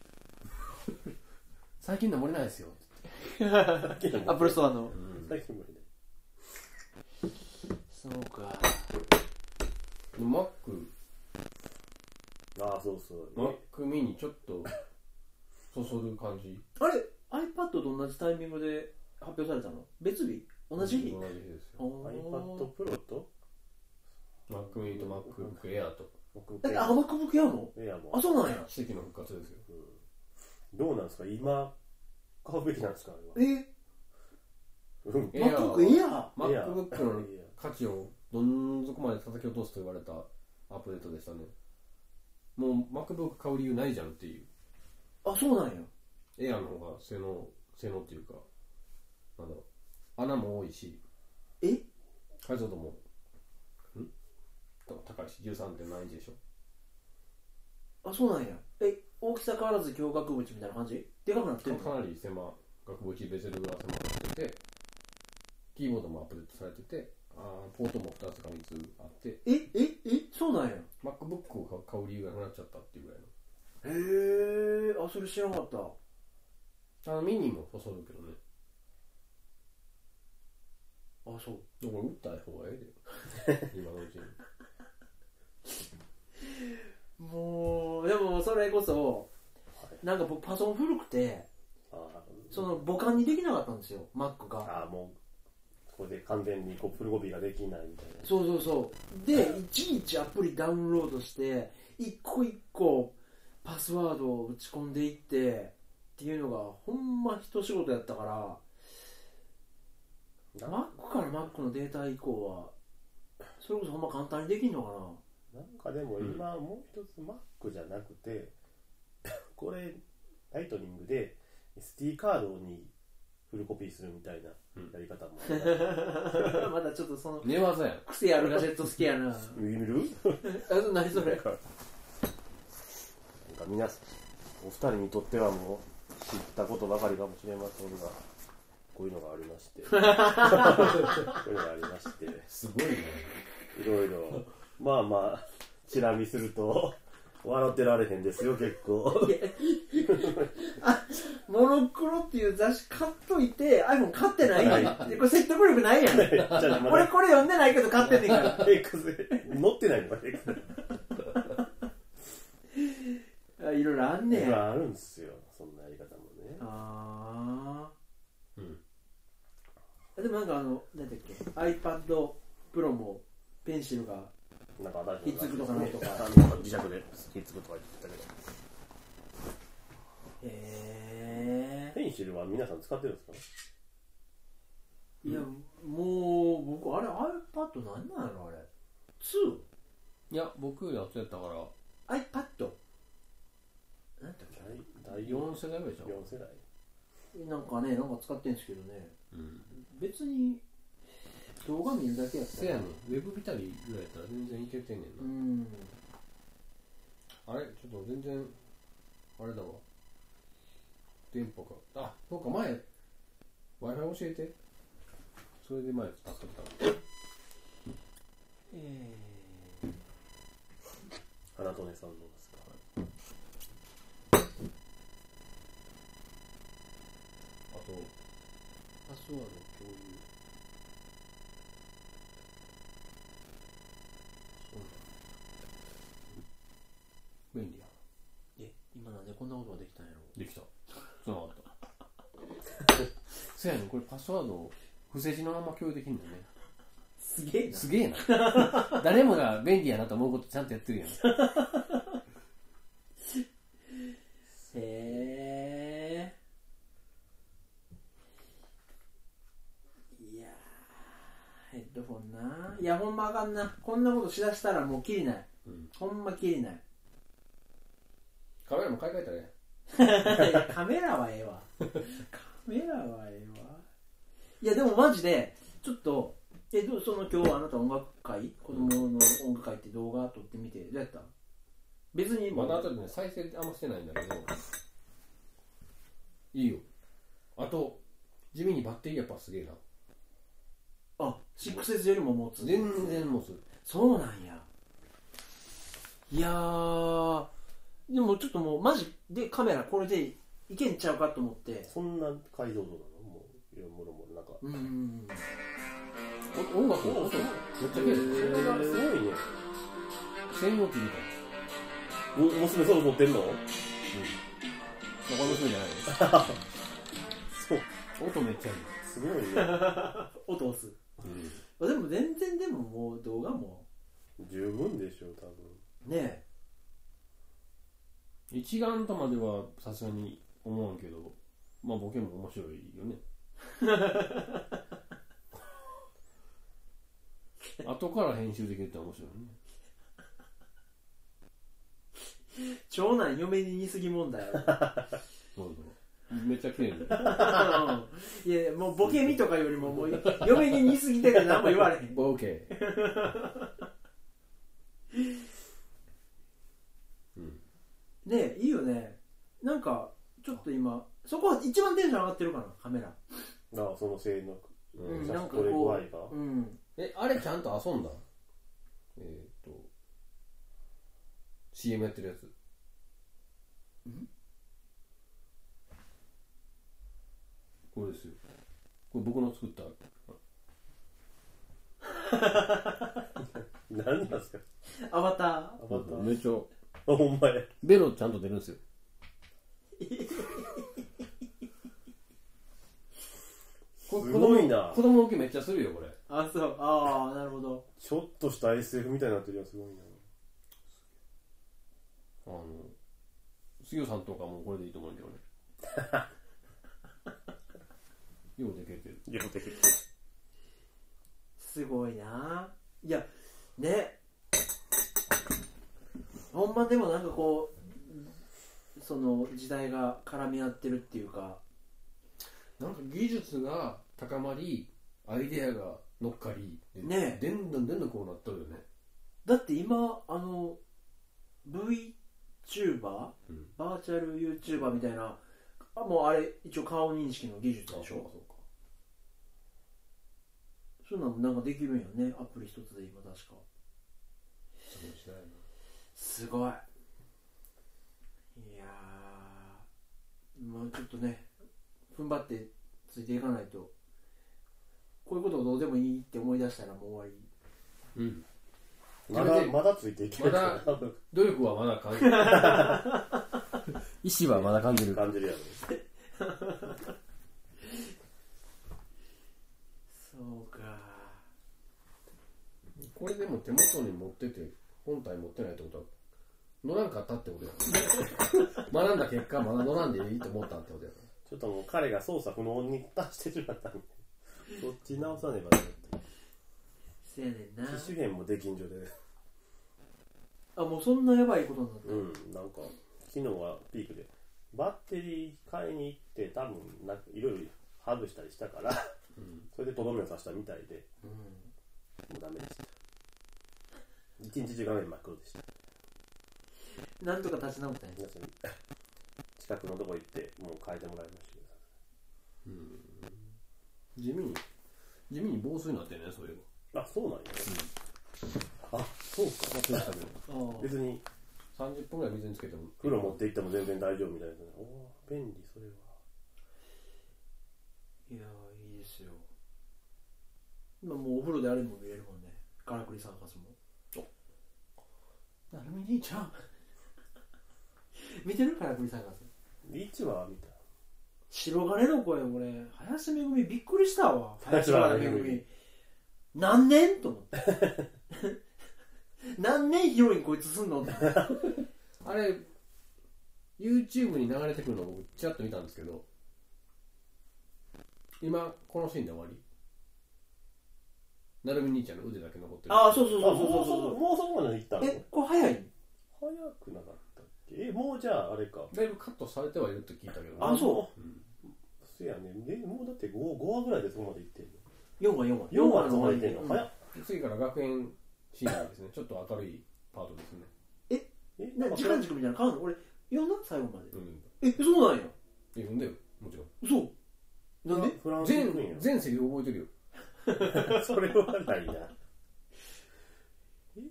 Speaker 1: 最近の漏れないですよ
Speaker 4: さっきの
Speaker 2: アップルストアの
Speaker 4: さっきも言っ
Speaker 2: そうか
Speaker 1: マック
Speaker 4: たああそうそう
Speaker 1: マックミニちょっとそそる感じ
Speaker 2: あれ iPad と同じタイミングで発表されたの別日同じ日
Speaker 1: 同じですよ
Speaker 2: お
Speaker 4: iPad
Speaker 2: ー
Speaker 4: Pro と
Speaker 1: マックミニとマックブックエアと
Speaker 4: 僕
Speaker 2: えあ MacBook やも
Speaker 4: エアも
Speaker 2: あそうなんや
Speaker 1: 奇跡の復活ですよ
Speaker 4: どうなんですか今買うべきなんですかあれは
Speaker 2: え
Speaker 4: うん
Speaker 1: エアは
Speaker 2: MacBook いや
Speaker 1: マックブックの価値をどん底まで叩き落とすと言われたアップデートでしたねもうマックブック買う理由ないじゃんっていう
Speaker 2: あそうなんや
Speaker 1: エアの方が性能性能っていうかなんだろう穴も多いし
Speaker 2: え
Speaker 1: 解像度もん高いし13.7インチでしょ
Speaker 2: あそうなんやえ大きさ変わらず驚愕口みたいな感じでかくなってる
Speaker 1: か
Speaker 2: の
Speaker 1: なり狭学部機ベゼルが狭くなっててキーボードもアップデートされててあーポートも2つか3つあって
Speaker 2: えええそうなんや
Speaker 1: MacBook を買う理由がなくなっちゃったっていうぐらいの
Speaker 2: へえあそれ知らなかった
Speaker 1: あのミニも細るけどね
Speaker 2: あそう
Speaker 1: でもこれ打った方がええで (laughs) 今のうちに
Speaker 2: もうでもそれこそなんか僕パソコン古くて
Speaker 4: あ
Speaker 2: その母艦にできなかったんですよ Mac が
Speaker 4: あもうこれで完全にこうフルコピーができないみたいな
Speaker 2: そうそうそうでいちいちアプリダウンロードして一個一個パスワードを打ち込んでいってっていうのがほんま一仕事やったから
Speaker 4: な
Speaker 2: Mac から Mac のデータ移行はそれこそほんま簡単にできんのか
Speaker 4: なんかでも今もう一つ Mac じゃなくて、 (laughs) これライトニングで SD カードにフルコピーするみたいなやり方も、
Speaker 2: なまだちょっとその
Speaker 1: 寝技やん
Speaker 4: (laughs)
Speaker 2: 癖あるガジェット好きやな
Speaker 4: 見る
Speaker 2: あ何それ
Speaker 4: か皆さんお二人にとってはもう知ったことばかりかもしれませんがこういうのがありまして (laughs) こういうのがありましてい
Speaker 1: すごいね。
Speaker 4: ろいろまあまあチラ見すると笑ってられへんですよ結構
Speaker 2: モノクロっていう雑誌買っといて iPhone 買ってない
Speaker 4: はい
Speaker 2: やん。でこれ説得力ないやん。
Speaker 4: じゃあねま
Speaker 2: 俺
Speaker 4: だ
Speaker 2: これ読んでないけど買ってんねんから。
Speaker 4: X 乗ってないのか X
Speaker 2: あいろいろあんねや。
Speaker 4: があるんですよそんなやり方もね
Speaker 2: あ
Speaker 1: うん。
Speaker 2: ー。でもなんかあの、なんだっけ、iPad Pro もペンシルが、
Speaker 4: なんか私
Speaker 2: ひっつくとかなんとか
Speaker 4: 磁石でひっつくとか言ってたけど
Speaker 2: へ
Speaker 4: ペンシルは皆さん使ってるんですか
Speaker 2: ー。いや、もう、僕、あれ iPad なんなんやろ、あれ。
Speaker 1: いや、僕やつやったから
Speaker 2: 2?iPad? なんだっ
Speaker 4: 第第
Speaker 1: 4世代ぐらいじゃん。
Speaker 4: 4世代
Speaker 2: けなんかね、なんか使ってんすけどね。
Speaker 1: うん。
Speaker 2: 別に動画見るだけやった
Speaker 1: せやねん。ウェブビタリーぐらいやったら全然いけてんねん
Speaker 2: う
Speaker 1: な。
Speaker 2: ん
Speaker 1: あれちょっと全然、あれだわ。電波が。あ、そうか、前、Wi-Fi 教えて。それで前、助かったの。
Speaker 2: え
Speaker 4: 花とねさんのですか
Speaker 1: あと、パスワード共有。そうだ。便利や。
Speaker 2: ー、え今なんでこんなことができたんやろ
Speaker 1: できた。つながった。 (laughs) せやねん、これパスワードを不正字のまま共有できるんだよね。
Speaker 2: すげえ
Speaker 1: すげえな。 (laughs) 誰もが便利やなと思うことちゃんとやってるやん。
Speaker 2: へえいやーヘッドホンないやほんまあかんなこんなことしだしたらもうきりない
Speaker 1: うん
Speaker 2: ほんまきりない
Speaker 1: カメラも買い替えたね。
Speaker 2: カメラはええわカメラはええわいやでもマジでちょっとえどうその今日あなた音楽会子供の音楽会って動画撮ってみてどうやった別に
Speaker 1: まだ後でね、再生あんましてないんだけど、いいよ。あと、地味にバッテリーやっぱすげえな。
Speaker 2: あシックス S よりも持つ
Speaker 1: 全然もうす
Speaker 2: そうなんやいやーでもちょっともうマジでカメラこれでいけんちゃうかと思って
Speaker 4: そんな解像度なのもういろもろもろなんか
Speaker 2: うーん
Speaker 1: お音楽の音めっちゃ綺麗
Speaker 4: それがす
Speaker 1: だ
Speaker 4: ご
Speaker 1: よ
Speaker 4: いね
Speaker 1: 専用機みたい
Speaker 4: お娘ソロ持ってんの
Speaker 1: な他の人じゃない
Speaker 4: そう
Speaker 1: よ音めっちゃいい
Speaker 4: すごいね
Speaker 2: 音押すあでも全然でももう動画も
Speaker 4: 十分でしょ多
Speaker 2: ねえ
Speaker 1: 一眼とまではさすがに思わんけどまあボケも面白いよね後から編集できるって面白いね
Speaker 2: 長男嫁に似すぎ問題あ
Speaker 1: そうそうめっちゃ綺麗だよ
Speaker 2: るいやいやもうボケみとかよりももう嫁に似すぎてて何も言われへん
Speaker 1: ボケ
Speaker 2: ねえいいよねなんかちょっと今そこは一番テンション上がってるかなカメラ
Speaker 4: 分なあその性能
Speaker 1: うん
Speaker 4: 写
Speaker 2: なん
Speaker 4: 真
Speaker 2: か
Speaker 4: 撮れ具
Speaker 2: こ
Speaker 4: 合が
Speaker 2: ううん
Speaker 1: えあれちゃんと遊んだえっ、と CM やってるやつこれですよこれ僕の作った
Speaker 4: 何なんですか
Speaker 2: アバター
Speaker 4: アバター
Speaker 1: めっちゃ
Speaker 4: あほんまや
Speaker 1: ベロちゃんと出るんですよ (laughs) こ
Speaker 4: すごいな
Speaker 1: 子供受けめっちゃするよこれ
Speaker 2: あそうああなるほど
Speaker 4: ちょっとした SF みたいになってるやんすごいな
Speaker 1: あの杉尾さんとかもこれでいいと思うんだよ (laughs) ねようでけてる
Speaker 4: 両手
Speaker 2: すごいないやねほんまでもなんかこうその時代が絡み合ってるっていうか
Speaker 1: なんか技術が高まりアイデアが乗っかりで
Speaker 2: ねえ
Speaker 1: どんどんどんどんこうなっとるよね
Speaker 2: だって今あの VTuber YouTuber、
Speaker 1: うん
Speaker 2: バーチャル YouTuber みたいなあもうあれ一応顔認識の技術でしょ
Speaker 1: うか
Speaker 2: そういうのもなんかできるんよねアプリ一つで今確か
Speaker 1: そうしないな
Speaker 2: すごいいやーもうちょっとね踏ん張ってついていかないとこういうことをどうでもいいって思い出したらもう終わり
Speaker 1: うん
Speaker 4: ま
Speaker 1: それ
Speaker 4: だ
Speaker 1: で
Speaker 4: まだついていけないから多分
Speaker 1: 努力はまだ感じる (laughs) 意志はまだ感じる
Speaker 4: 感じるやろ
Speaker 2: そうか
Speaker 1: これでも手元に持ってて本体持ってないってことは乗らんかったってこと (laughs) やから学んだ結果まだ乗らんでいいと思ったってことやか
Speaker 4: ちょっともう彼が操作不能に達してしまったんでそっち直さねばね
Speaker 2: せやねんな
Speaker 4: 機種変もできんじょで
Speaker 2: あもうそんなやばいことになった
Speaker 4: うんなんか機能がピークでバッテリー買いに行って多分なんかいろいろハグしたりしたから
Speaker 1: ら、うん
Speaker 4: それでとどめを刺したみたいで
Speaker 2: う
Speaker 4: もうダメでした一日中画面真っ黒でした
Speaker 2: ん、なんとか立ち直ったんや
Speaker 4: 皆さん近くのとこ行ってもう変えてもらいましたけど
Speaker 1: 地味に地味に防水になってんねそういうの
Speaker 4: あ、そうなんや。あ、そうか。
Speaker 1: 手で食べる
Speaker 2: ああ
Speaker 4: 別に
Speaker 1: 30分ぐらい水につけても
Speaker 4: 風呂持って行っても全然大丈夫みたいな。おおー、便利、それは。
Speaker 2: いやーいいですよ今もうお風呂であれも見れるもんねカラクリサーカスもなるみ兄ちゃん見てるカラクリサーカス
Speaker 4: リーチはみたい
Speaker 2: 白金の声俺林めぐみびっくりしたわ
Speaker 4: 林原めぐみ
Speaker 2: 何年と思って (laughs) 何年ヒロインこいつすんのって
Speaker 1: あれ YouTube に流れてくるのを僕ちらっと見たんですけど今このシーンで終わりなるみ兄ちゃんの腕だけ残ってる
Speaker 2: ああそうそう
Speaker 4: な。
Speaker 2: そ
Speaker 4: あ、
Speaker 2: うそう
Speaker 4: もう
Speaker 2: そ
Speaker 4: そうこ、もうそこまで行ったの
Speaker 2: えこれ早い
Speaker 4: 早くなかったっけえ、もうじゃああれか。
Speaker 1: だいぶカットされてはいるって聞いたけど
Speaker 2: あそう
Speaker 4: う。せやね。え、もうだって 5, 五話ぐらいでそこまで行ってんの。
Speaker 2: 4話4話
Speaker 4: 4話でそこまで行ってんの。
Speaker 2: うん
Speaker 4: 早っ。
Speaker 1: 次から学園シーンですねちょっと明るいパートですね、
Speaker 4: え、
Speaker 2: な
Speaker 4: なんか
Speaker 2: 時間軸みたいなの買うの俺読んだ最後まで
Speaker 1: うん、
Speaker 2: えそうなんや
Speaker 1: 読んだよもちろん
Speaker 2: そうなんで
Speaker 4: フランス行くんや
Speaker 1: 全。全セリフ覚えてるよ
Speaker 4: (laughs) それはないな。え、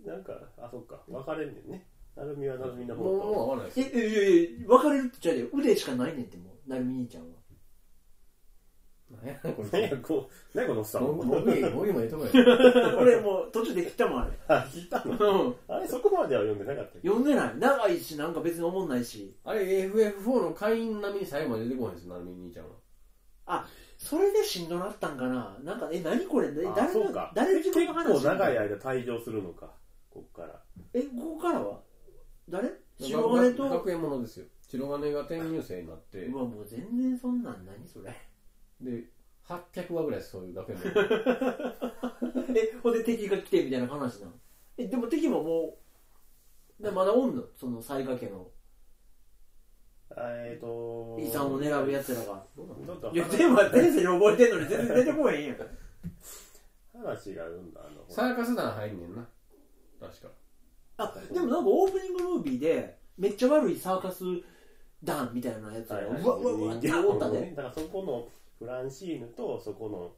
Speaker 4: なんか、あ、そっか。分かれんねんね。なるみはなるみの
Speaker 1: もう
Speaker 4: 方
Speaker 1: もう
Speaker 4: と。
Speaker 1: 合わないです
Speaker 2: え
Speaker 1: よ
Speaker 2: えいやいや別れるってじゃねえ腕しかないねんってもうなるみ兄ちゃんは
Speaker 1: 何やこ
Speaker 4: 何や
Speaker 1: れ、
Speaker 4: こう、何やこのおっさん。
Speaker 1: ももぎもぎもええとこや
Speaker 2: (laughs) 俺もう途中で切ったもんあれ
Speaker 4: (laughs) あ、聞いたの
Speaker 2: うん
Speaker 4: あれ、そこまでは読んでなかったっけ
Speaker 2: 読んでない長いしなんか別に思んないし
Speaker 1: あれ FF4 の会員並みに最後まで出てこないんですよなるみ兄ちゃんは
Speaker 2: それでしんどなったんかななんかえ何これえ
Speaker 4: あ
Speaker 2: 誰
Speaker 4: そう
Speaker 2: の
Speaker 4: か
Speaker 2: 誰の
Speaker 4: 結
Speaker 2: 自分の話
Speaker 4: 構長い間退場するのかこっから
Speaker 2: えここからは誰白金と
Speaker 1: 学
Speaker 2: う
Speaker 1: 学園ものですよ白金が転入生になって
Speaker 2: わもう全然そんなん何それ
Speaker 1: で800話ぐらいですそういう学園もの
Speaker 2: (laughs) えほんで敵が来てみたいな話なのえでも敵ももうでまだおんのその才賀家の
Speaker 4: あえっ、ー、と
Speaker 2: 遺産を狙うやつらが
Speaker 4: ちょっと
Speaker 2: いや全部は前世に覚えてんのに全然出てこへんやん
Speaker 4: 話があるんだあの
Speaker 1: サーカス団入んねんな確か
Speaker 2: あでもなんかオープニングムービーでめっちゃ悪いサーカス団みたいなやつが、
Speaker 4: はいはいう
Speaker 2: わうわうわって思ったね
Speaker 4: だからそこのフランシーヌとそこの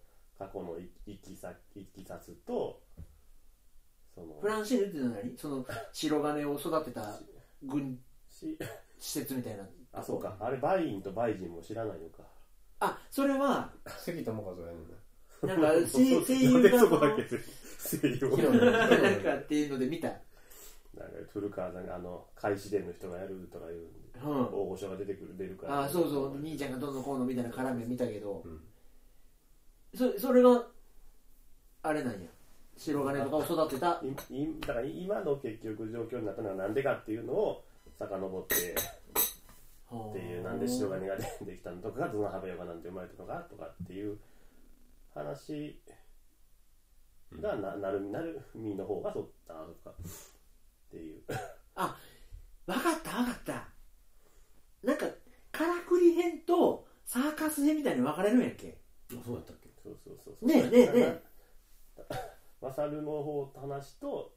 Speaker 4: 過去のいいきさいきさつとその
Speaker 2: フランシーヌって何その白金を育てた軍
Speaker 4: し
Speaker 2: 施設みたいな
Speaker 4: あそうかあれバインとバイジンも知らないのか
Speaker 2: あそれは
Speaker 1: 関智和がやんねんな
Speaker 2: なんか
Speaker 4: (laughs) そう
Speaker 2: 声声
Speaker 4: な
Speaker 2: 優
Speaker 4: んで
Speaker 2: が
Speaker 4: (laughs) そこ
Speaker 2: そ
Speaker 4: だ
Speaker 2: の
Speaker 4: け声優を
Speaker 1: 昨日
Speaker 4: (laughs)
Speaker 2: なん
Speaker 1: の
Speaker 2: かっていうので見た
Speaker 4: なんか古川さんがあの開始伝の人がやるとかいうんで
Speaker 2: うん
Speaker 4: 大御所が出てくる出るから
Speaker 2: あそうそう兄ちゃんがどんどんこうのみたいな絡みを見たけど、
Speaker 1: うん
Speaker 2: そそれがあれなんや白金とかを育てた
Speaker 4: いいだから今の結局状況になったのはなんでかっていうのを遡ってっていうなんで白金が出 (laughs) てきたのとかズナハベヨがなんて生まれたのかとかっていう話がななるなるみの方がそったとかっていう
Speaker 2: 分かった分かったなんかからくり編とサーカス編みたいに分かれるんやっけ
Speaker 1: あそうやったっけ
Speaker 4: そうそうそうそう
Speaker 2: ねえねえねえ
Speaker 4: (laughs) マサルの方の話と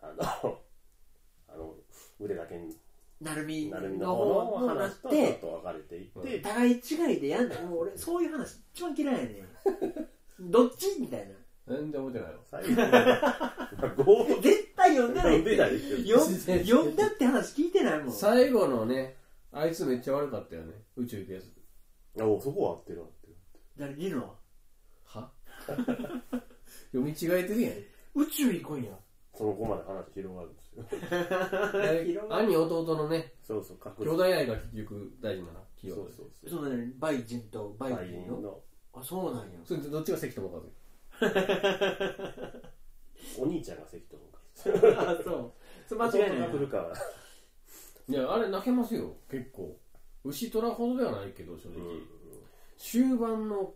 Speaker 4: あのあの腕だけに
Speaker 2: なるみ
Speaker 4: なるみの方の話とちょっと分かれていって、
Speaker 2: 互い違いでやんだもう俺そういう話一番嫌いやねん (laughs) どっちみたいな
Speaker 1: 全然思ってないよ
Speaker 4: 最後合コン
Speaker 2: 絶対呼んでないって
Speaker 4: でないですよ
Speaker 2: よ呼んだって話聞いてないもん
Speaker 1: 最後のねあいつめっちゃ悪かったよね宇宙行くやつ
Speaker 4: (laughs) おそこは合ってる合ってる
Speaker 2: 誰にの
Speaker 1: は読み違えてるやん
Speaker 2: 宇宙行くんや
Speaker 4: その子まで話広がるんですよ
Speaker 1: で兄弟のね
Speaker 4: そうそう確
Speaker 1: 兄弟愛が結局大事なな企
Speaker 4: そ
Speaker 1: 業
Speaker 4: うそうそう
Speaker 2: そうだねバイジンとバイ
Speaker 4: 会
Speaker 2: ジン
Speaker 4: 員
Speaker 2: よ
Speaker 4: の
Speaker 2: あそうなんや
Speaker 1: それでどっちが関友かず
Speaker 4: お兄ちゃんが関東
Speaker 2: (laughs) あそうそれ間違いない
Speaker 4: 弟が来るから
Speaker 1: いやあれ泣けますよ結構牛虎ほどではないけど正直、終盤の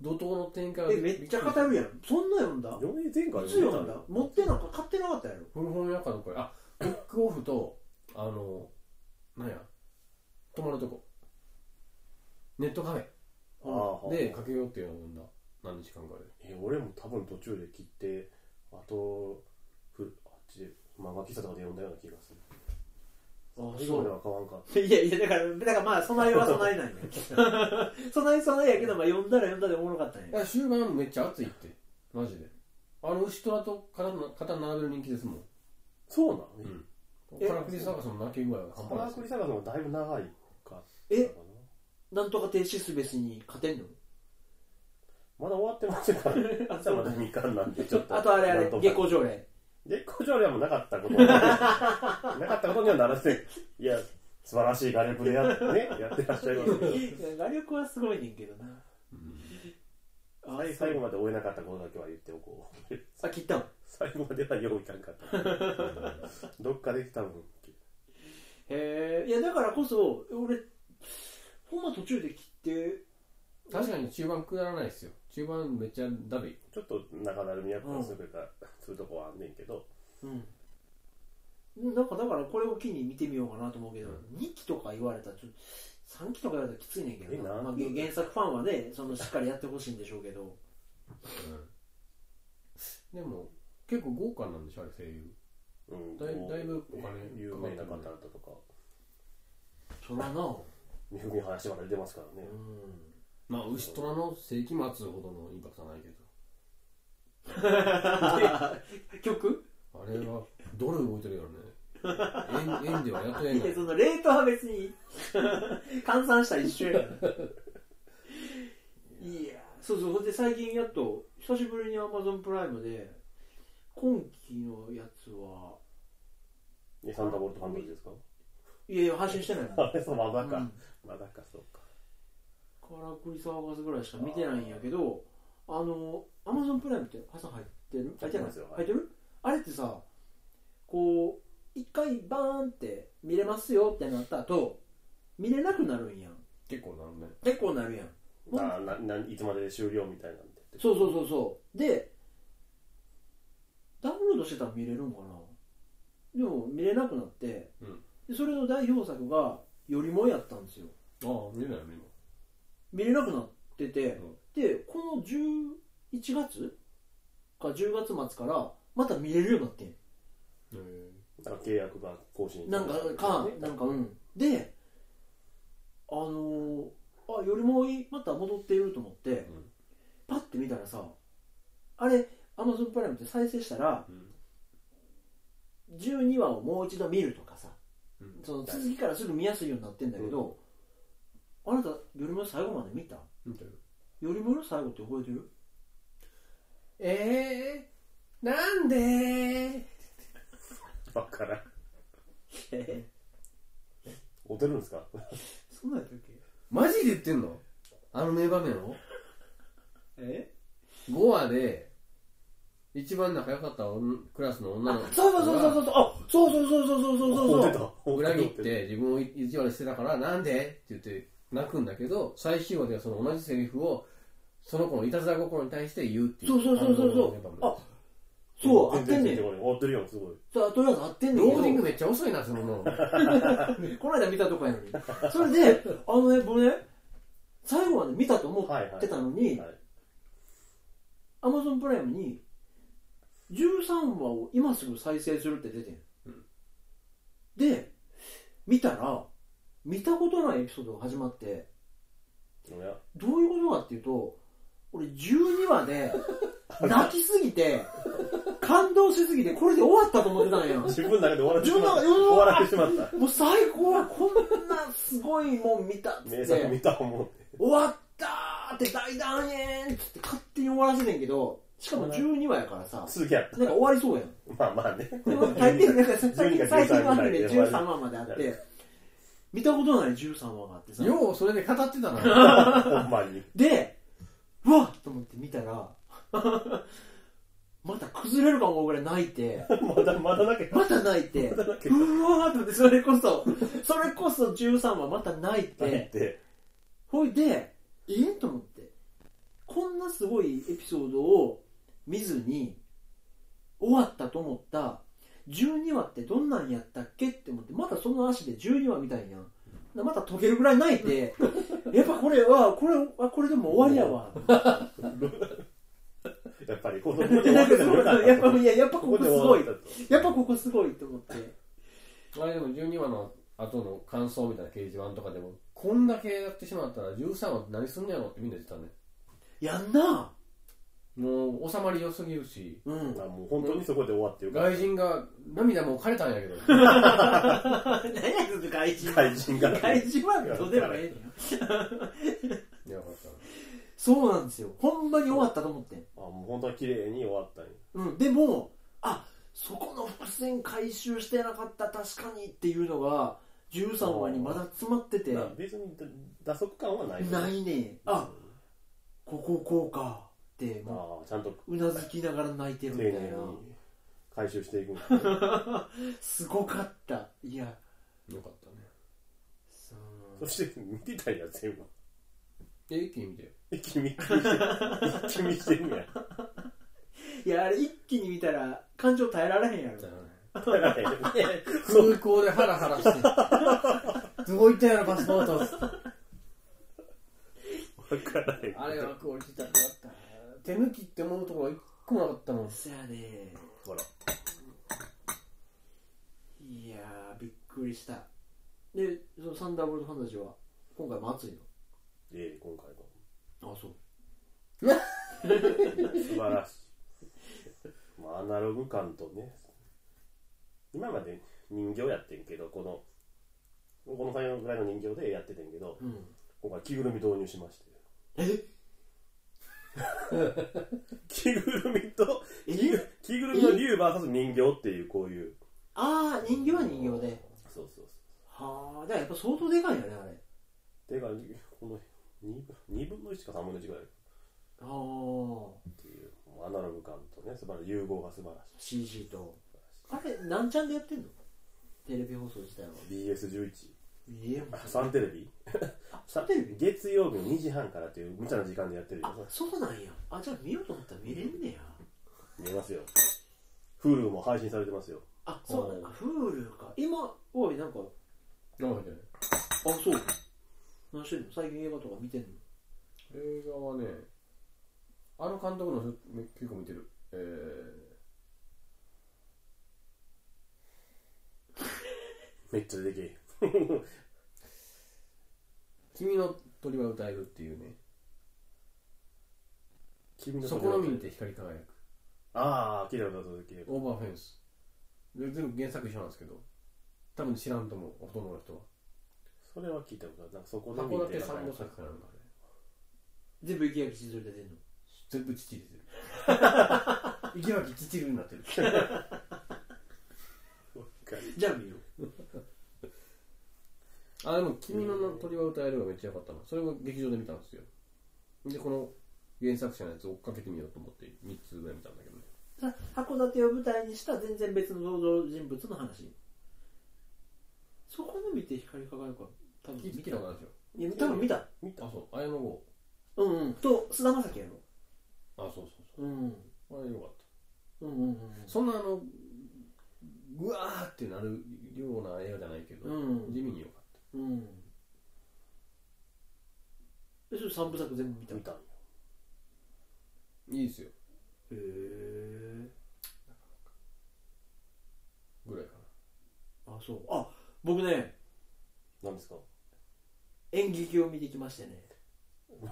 Speaker 1: 怒涛の展開
Speaker 2: えめっちゃ語るやんそんな読んだ
Speaker 4: 嫁前回
Speaker 2: いつ読
Speaker 4: た
Speaker 2: んだ持ってなんか買ってなかったやろ
Speaker 1: 古本屋かどこやあブックオフとあのなんや泊まるとこネットカフ
Speaker 4: ああ
Speaker 1: ェでかけようっていうのをんだ何日間かで
Speaker 4: え俺も多分途中で切ってあとふあっちで漫画喫茶とかで読んだような気がする
Speaker 2: あ
Speaker 4: 最後までは買わんかっ
Speaker 2: (laughs) いやいやだからだからまあ備えは備えないんや (laughs) 備え備えやけどまあ読んだら読んだでおもろかったん
Speaker 1: い
Speaker 2: や
Speaker 1: や終盤めっちゃ熱いってマジであの牛虎と肩な肩並べる人気ですもん
Speaker 4: たそうなの
Speaker 1: カラクリサーカスの泣き具合が半
Speaker 4: カラ
Speaker 1: 端
Speaker 4: ク
Speaker 1: ないです
Speaker 4: リサガの方がだいぶ長いかった
Speaker 2: え
Speaker 4: かな
Speaker 2: なんとか停止すべしに勝てんの
Speaker 4: まだ終わってませんからね
Speaker 2: あ
Speaker 4: まだ2巻なんでちょっと
Speaker 2: (laughs) あとあれあ
Speaker 4: なん
Speaker 2: れ
Speaker 4: とか
Speaker 2: 下校条 (laughs) 例
Speaker 4: 月光条例はもうなかったことになかったことにはな
Speaker 2: (laughs)
Speaker 4: らせいや素晴らしい画力でやって,、ね、やってらっしゃいますけど
Speaker 2: 画力はすごいねんけどなあ
Speaker 4: 最最後まで終えなかったことだけは言っておこう
Speaker 2: あ切ったん
Speaker 4: 最後まではよういかん
Speaker 2: (laughs)
Speaker 4: かったどっかで多分
Speaker 2: へえいやだからこそ俺ほんま途中で切って
Speaker 1: 確かに中盤くだらないですよ中盤めっちゃダビ
Speaker 4: ちょっと中だるみやったりするから、するとこはあんねんけど
Speaker 2: うんなんかだからこれを機に見てみようかなと思うけど、2期とか言われたらちょっと3期とか言われたらきついねんけどな
Speaker 4: えなん
Speaker 2: まあ、原原作ファンはねそのしっかりやってほしいんでしょうけど
Speaker 1: でも結構豪華なんでしょあれ声優
Speaker 4: うん
Speaker 1: だい
Speaker 4: こう
Speaker 1: だいぶお金
Speaker 4: 有名な方々とか
Speaker 2: そらな
Speaker 4: 三文話まで出てますからね、
Speaker 1: まあ牛虎の世紀末ほどのインパクトはないけど
Speaker 2: 曲
Speaker 1: あれはドル動いてるよね
Speaker 2: (laughs)
Speaker 1: 円円ではやっとえん
Speaker 2: い
Speaker 1: ない
Speaker 2: やそのレートは別に換算したら一緒やからいやそうそうほんで最近やっと久しぶりに Amazon プライムで今期のやつは
Speaker 4: えサンタボルトハンドルですか (laughs)
Speaker 2: いやいや配信してないの
Speaker 4: あれそうまだか、
Speaker 2: うん
Speaker 4: まだかそうか
Speaker 2: カラクリサーカスぐらいしか見てないんやけどあのアマゾンプライムって朝入ってる入
Speaker 4: 入
Speaker 2: っ
Speaker 4: ってて
Speaker 2: ない
Speaker 4: ますよ
Speaker 2: 入ってるあれってさこう一回バーンって見れますよってなった後見れなくなるんやん
Speaker 1: 結構なるね
Speaker 2: 結構なるやん
Speaker 4: ななないつまでで終了みたいなんで
Speaker 2: そうそうそうそうでダウンロードしてたら見れるんかなでも見れなくなって、
Speaker 1: うん
Speaker 2: でそれの代表作が「よりも」やったんですよ
Speaker 1: ああ見れないよね
Speaker 2: 見れなくなってて、
Speaker 1: うん
Speaker 2: でこの11月か10月末からまた見れるようになってん
Speaker 1: 今へ
Speaker 4: なんか契約が更新
Speaker 2: なんかかなんかうんであのーあよりもいいまた戻っていると思って、
Speaker 1: ん
Speaker 2: パッて見たらさあれ Amazon プライムって再生したら
Speaker 1: えうん
Speaker 2: 12話をもう一度見るとかさ、
Speaker 1: うん
Speaker 2: その続きからすぐ見やすいようになってんだけど、あなたよりも最後まで見たよ
Speaker 1: 見てる
Speaker 2: りもの最後って覚えてる
Speaker 1: えー、なんで
Speaker 4: ばっからん
Speaker 2: え
Speaker 4: 追ってるんですか
Speaker 2: そんなんやったっけ
Speaker 1: マジで言ってんのあの名場面を
Speaker 2: え
Speaker 1: 5話で一番仲良かった女クラスの女の子
Speaker 2: そうそうそうそうそうそう。あ、そうそうそうそうそうそうそう。
Speaker 4: 追ってた
Speaker 1: 裏切って自分を意地悪してたからなんでって言って泣くんだけど最終話ではその同じセリフをその子のいたずら心に対して言うっていう
Speaker 2: そうそうそうそうそ
Speaker 1: 感動
Speaker 2: う
Speaker 1: の名場面
Speaker 2: あ、そう、合
Speaker 4: 全
Speaker 2: って
Speaker 4: 然
Speaker 2: ん
Speaker 4: つ
Speaker 2: ね
Speaker 4: い
Speaker 2: ん。
Speaker 4: て
Speaker 2: さ
Speaker 4: こない追ってるよすごい
Speaker 2: あ、とりあえず合ってんねん
Speaker 1: ロ
Speaker 2: け
Speaker 1: ーディング
Speaker 2: ど。
Speaker 1: めっちゃ遅いなそのの
Speaker 2: (laughs) この間見たとこやのに。それで、あのね、僕ね、最後まで見たと思ってたのに
Speaker 4: はい、
Speaker 2: アマゾンプライムに、13話を今すぐ再生するって出てん。で見たら見たことないエピソードが始まって
Speaker 4: おや
Speaker 2: どういうことかっていうと俺12話 (laughs) で泣きすぎて感動しすぎてこれで終わったと思ってたんや
Speaker 4: 自分の中で終わらせてしまった
Speaker 2: 自分の
Speaker 4: 終わらせてしまった
Speaker 2: もう最高やこんなすごいもん見たっつ
Speaker 4: 名
Speaker 2: って
Speaker 4: 作見
Speaker 2: 終
Speaker 4: た思う
Speaker 2: わったーって大団円っつって勝手に終わらせてんけどしかも12話やからさ
Speaker 4: 続きやっ
Speaker 2: なんか終わりそうやん
Speaker 4: たまあまあ
Speaker 2: (laughs)
Speaker 4: ね
Speaker 2: この大抵なんか最
Speaker 4: 12
Speaker 2: 近
Speaker 4: が
Speaker 2: 最近のアニメ
Speaker 4: 13
Speaker 2: 13話まであって見たことない13話があってさ
Speaker 1: ようそれで語って
Speaker 2: (laughs)
Speaker 1: たな
Speaker 4: ほんまに
Speaker 2: でうわっと思って見たら (laughs) また崩れるかもぐらい泣いて
Speaker 4: まだまだだけど
Speaker 2: また泣いてうわ
Speaker 4: 泣け
Speaker 2: ーっと思ってそれこそそれこそ13話また泣い
Speaker 4: 入ってて
Speaker 2: ほいでえっと思ってこんなすごいエピソードを見ずに終わったと思った12話ってどんなんやったっけって思ってまたその足で12話みたいやんでまた溶けるぐらい泣いてやっぱこれはこれはこれでも終わりやわ
Speaker 4: やっぱりこの
Speaker 2: いやなんかすごいやっぱいややっぱここすごい
Speaker 4: い
Speaker 2: やっぱここすごいと思って
Speaker 1: あれでも12話の後の感想みたいな掲示板とかでもこんだけやってしまったら13話って何すんのやろってみんな言ってたね
Speaker 2: やんな
Speaker 1: もう収まり良すぎるし
Speaker 2: うん
Speaker 4: もう本当にそこで終わってるから
Speaker 1: 外人が涙も枯れたんやけ
Speaker 2: (laughs)
Speaker 1: ど
Speaker 2: 何やその外人
Speaker 4: 怪人が
Speaker 2: 外人はどうでもええねん
Speaker 1: いや分かった
Speaker 2: そうなんですよほんまに終わったと思ってん
Speaker 4: あもう本当は綺麗に終わったんや
Speaker 2: うんでもあそこの伏線回収してなかった確かにっていうのが13話にまだ詰まってて
Speaker 4: まあ別に打足感はない
Speaker 2: ないねあこここうかっても
Speaker 4: ああちゃんと
Speaker 2: ううなずきながら泣いてる
Speaker 4: 丁
Speaker 2: み
Speaker 4: 寧
Speaker 2: たい
Speaker 4: に
Speaker 2: な
Speaker 4: 回収していくんだ
Speaker 2: すごかったいや
Speaker 1: よかったね
Speaker 2: そう
Speaker 4: そして見てたんや全部
Speaker 1: え一気に見てよ
Speaker 4: 一気見して一気見してんねや
Speaker 2: いやあれ一気に見たら感情耐えられへんやろ
Speaker 1: 空港でハラハラしてどういったやろパスポートっつって
Speaker 4: 分からへん
Speaker 1: あれはクオリティ高かったな手抜きって思うところは一個もなかったもん
Speaker 2: そやね
Speaker 4: ほら
Speaker 2: いやーびっくりしたでそのサンダーボルトファンタジーは今回も熱い
Speaker 4: ええ今回も
Speaker 2: のあそう
Speaker 4: 素晴らしい、まあ、アナログ感とね今まで人形やってんけどこのこの最後ぐらいの人形でやっててんけど
Speaker 2: うん
Speaker 4: 今回着ぐるみ導入しまして
Speaker 2: え
Speaker 4: 着ぐるみと
Speaker 2: え
Speaker 4: 着ぐ着ぐるみの竜 VS 人形っていうこういう
Speaker 2: ああ人形は人形で
Speaker 4: そうそうそう
Speaker 2: はあだからやっぱ相当でかいよねあれ
Speaker 4: てかこの 2, 分の1か3分の1ぐらいっ
Speaker 2: ああ
Speaker 4: ていうもうアナログ感とね素晴らしい融合が素晴ら
Speaker 2: CG とあれ何ちゃんでやってんのテレビ放送自体は
Speaker 4: しい BS11
Speaker 2: いやもう
Speaker 4: サンテレビ
Speaker 2: サンテレビ
Speaker 4: 月曜日の2時半からっていう無茶な時間でやってるよ
Speaker 2: あそうなんやあじゃあ見ようと思ったら見れんねや
Speaker 4: 見えますよ Hulu も配信されてますよ
Speaker 2: あそうなんだ Hulu か今おいなんか
Speaker 1: なるほどね
Speaker 2: あ、そう。何してんの最近映画とか見てんの
Speaker 1: 映画はねあの監督のめ結構見てるえ
Speaker 4: めっちゃでけえ
Speaker 1: ー「君の鳥は歌える」っていうね
Speaker 4: 君
Speaker 1: 「
Speaker 4: の
Speaker 1: そこの見て光り輝く」
Speaker 4: ああ聞いたことある聞
Speaker 1: 「
Speaker 4: い
Speaker 1: オーバーフェンス」で全部原作一緒なんですけど多分知らんと思うほとんどの人は
Speaker 4: それは聞いたことあるなんかそこの見
Speaker 1: 函
Speaker 4: て
Speaker 1: 館三部作かなんかで
Speaker 2: 全部池脇千鶴出てんの
Speaker 1: 全部父出
Speaker 4: (laughs)
Speaker 1: てる池脇父になってる
Speaker 2: じゃあ見よ
Speaker 1: あでも「君の鳥は歌える」がめっちゃ良かったなそれも劇場で見たんですよでこの原作者のやつ追っかけてみようと思って3つぐらい見たんだけどね
Speaker 2: う。さ函館を舞台にした全然別の登場人物の話。そこの見て光り輝くは多分
Speaker 1: 聞いてき
Speaker 2: 見て
Speaker 1: た
Speaker 2: た
Speaker 1: か。話よ
Speaker 2: いや、多分見た。
Speaker 4: 見た
Speaker 1: あそう綾野剛
Speaker 2: うんうん。と、菅田将暉やろ。
Speaker 1: あそうそうそう
Speaker 2: うん。
Speaker 1: あれよかっ
Speaker 2: うんうん
Speaker 1: たそんなあのぐわーってなるような映画じゃないけど、
Speaker 2: うん
Speaker 1: 地味によかっ
Speaker 2: うん。うん。え、それ三部作全部見た。
Speaker 4: 見たんよ
Speaker 1: たいいですよ
Speaker 2: へえ。
Speaker 1: ぐらいかな
Speaker 2: ああ。あそうあ僕ね
Speaker 4: 何ですか
Speaker 2: 演劇を見てきましてね
Speaker 4: わ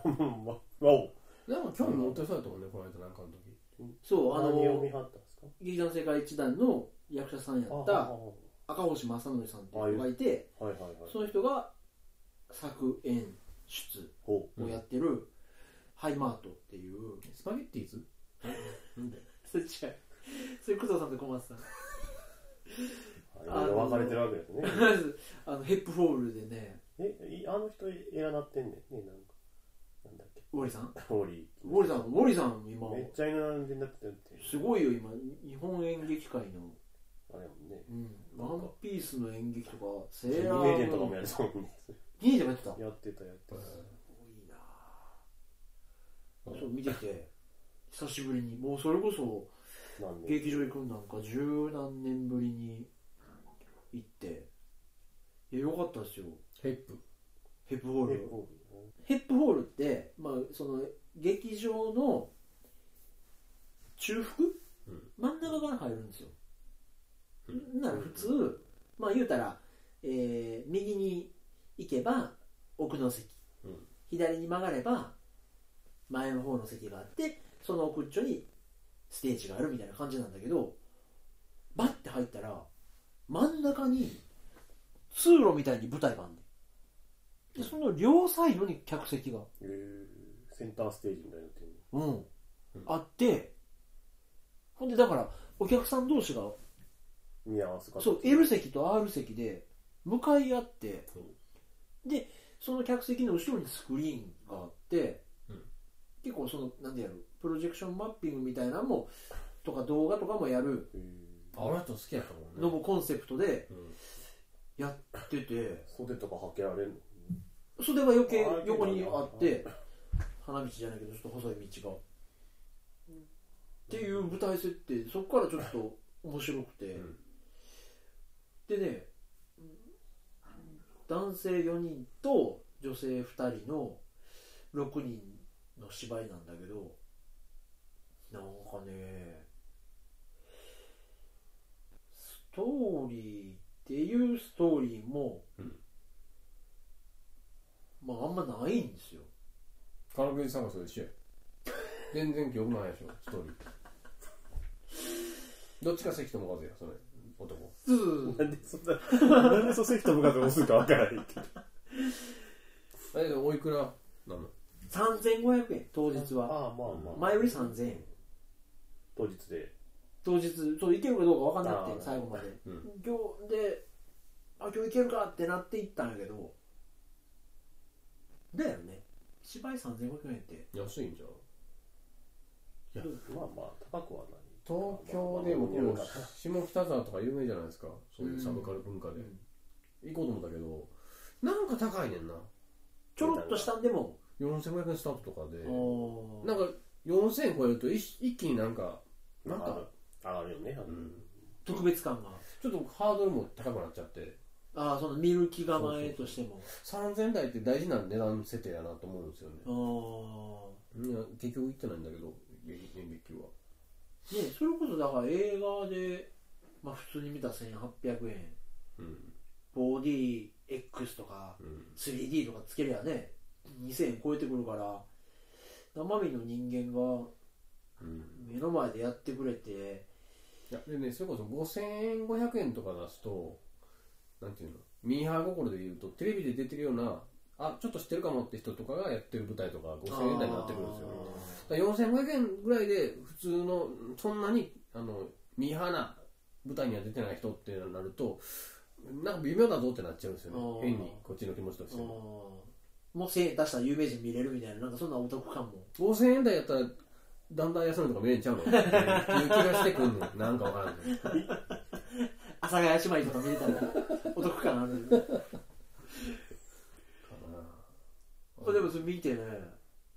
Speaker 4: わお
Speaker 1: なんか興味持ってそうやったもんねこの間なんかの時
Speaker 2: そうあ
Speaker 4: 何を見
Speaker 2: の
Speaker 4: 張ったんですか
Speaker 2: 劇団世界一団の役者さんやっ
Speaker 4: あ
Speaker 2: た赤星正則さんっていう人がいて
Speaker 4: はいはいはい
Speaker 2: その人が作演出
Speaker 4: ほ
Speaker 2: をやってるハイマートっていう
Speaker 1: スパゲッティーズなんで
Speaker 2: それ違うそれ工藤さんと小松さん
Speaker 4: ういろいろ分かれてるわけですね
Speaker 2: まず (laughs) あのヘップホールでね
Speaker 4: えいあの人偉なってんねんねなんかなんだっけ
Speaker 2: ウォリさん
Speaker 4: ウォリ
Speaker 2: ウォリさんウォリさん今
Speaker 4: ーめっちゃ偉なってなってるって
Speaker 2: すごいよ今日本演劇界の、
Speaker 4: あれやもんね
Speaker 2: うん、ワンピースの演劇とかセ
Speaker 4: ジ
Speaker 2: ーラ
Speaker 4: ム・エイデンとか
Speaker 2: ー
Speaker 4: もやるそうね
Speaker 2: ギニーでもやってたす
Speaker 4: やってたやってた
Speaker 2: ごいなぁそう見てて久しぶりにもうそれこそ
Speaker 4: なんで
Speaker 2: 劇場行くんなんか十何年ぶりに行っていやよかったですよ
Speaker 1: ヘップ
Speaker 2: ヘップホー
Speaker 4: え
Speaker 2: ル
Speaker 4: ホー
Speaker 2: ヘップホールって、まあ、その劇場の中腹、
Speaker 1: うん
Speaker 2: 真ん中から入るんですよ、
Speaker 1: う
Speaker 2: なら普通、まあ言うたら、えー右に行けば奥の席、
Speaker 1: うん
Speaker 2: 左に曲がれば前の方の席があってその奥っちょにステージがあるみたいな感じなんだけどバッて入ったら真ん中に通路みたいに舞台があんねんでその両サイドに客席が
Speaker 4: ルえーセンターステージみたいになってる
Speaker 2: うん、あってほんでだからお客さん同士が
Speaker 4: 見合わせ方
Speaker 2: そう L 席と R 席で向かい合って
Speaker 1: そう
Speaker 2: でその客席の後ろにスクリーンがあって、
Speaker 1: うん
Speaker 2: 結構その何でやるプロジェクションマッピングみたいなのもとか動画とかもやる
Speaker 4: えー
Speaker 1: あの人好きやったもんね
Speaker 2: のもコンセプトで
Speaker 1: うん
Speaker 2: やってて
Speaker 4: 袖とかはけられんの
Speaker 2: 袖が余計
Speaker 4: あー
Speaker 2: 横にあって花道じゃないけどちょっと細い道がっていう舞台設定そこからちょっと面白くて、
Speaker 1: うん
Speaker 2: でね男性4人と女性2人の6人の芝居なんだけどなんかねストーリーっていうストーリーも、
Speaker 1: うん
Speaker 2: まああんまないんですよ
Speaker 1: カラクリ探しと一緒や全然記憶ないでしょストーリーどっちか関友和也それ男
Speaker 2: そうそうそう
Speaker 4: なんでそんな、なんでその関と向かって押すかわからないけど。
Speaker 1: あれおいくらなの
Speaker 2: 3500円当日は
Speaker 4: ああ、まあまあ。
Speaker 2: 前売り3000円
Speaker 4: 当日で。
Speaker 2: 当日そう行けるかどうか分かんなくて
Speaker 4: あー
Speaker 2: 最後まで、
Speaker 1: うん
Speaker 2: 今日であ今日行けるかってなって行ったんやけどだよね芝居3500円って
Speaker 1: 安いんじゃん
Speaker 4: まあまあ、高くはない。
Speaker 1: 東京でもこの下北沢とか有名じゃないですかそういうサブカル文化で、
Speaker 2: うん
Speaker 1: 行こうと思ったけどなんか高いねんな
Speaker 2: ちょろっとしたんでも、
Speaker 1: 4500円スタートとかで
Speaker 2: おー
Speaker 1: なんか4000円超えると一一気になんかなん
Speaker 4: ま
Speaker 1: か
Speaker 4: あ、上がるよね。
Speaker 1: ん
Speaker 2: 特別感が
Speaker 1: ちょっとハードルも高くなっちゃって
Speaker 2: ああその見る気構えとしても
Speaker 1: 3000台って大事な値段設定やなと思うんですよねいや結局行ってないんだけど演演劇は
Speaker 2: あーねそれこそだから映画で、まあ、普通に見た1800円
Speaker 1: うん
Speaker 2: 4DX とか
Speaker 1: うん
Speaker 2: 3D とかつけりゃね2000円超えてくるから生身の人間が
Speaker 1: うん
Speaker 2: 目の前でやってくれて
Speaker 1: いやでねそれこそ5500円とか出すとなんていうのミーハー心で言うとテレビで出てるようなあちょっと知ってるかもって人とかがやってる舞台とか5000円台になってくるんですよだから4500円ぐらいで普通のそんなにあのミーハーな舞台には出てない人ってなるとなんか微妙だぞってなっちゃうんですよ
Speaker 2: あ
Speaker 1: ね
Speaker 2: ー
Speaker 1: 変にこっちの気持ちと
Speaker 2: あ
Speaker 1: し
Speaker 2: ー
Speaker 1: ても
Speaker 2: もう1000円出したら有名人見れるみたいななんかそんなお得感も
Speaker 1: 5000円台やったらだんだん安いのとか見れんちゃうのっていう気がしてくんのなんかわからんけど
Speaker 2: 阿佐ヶ谷姉妹とか見れたら
Speaker 1: (laughs)
Speaker 2: お得感あるこれでもそれ見てね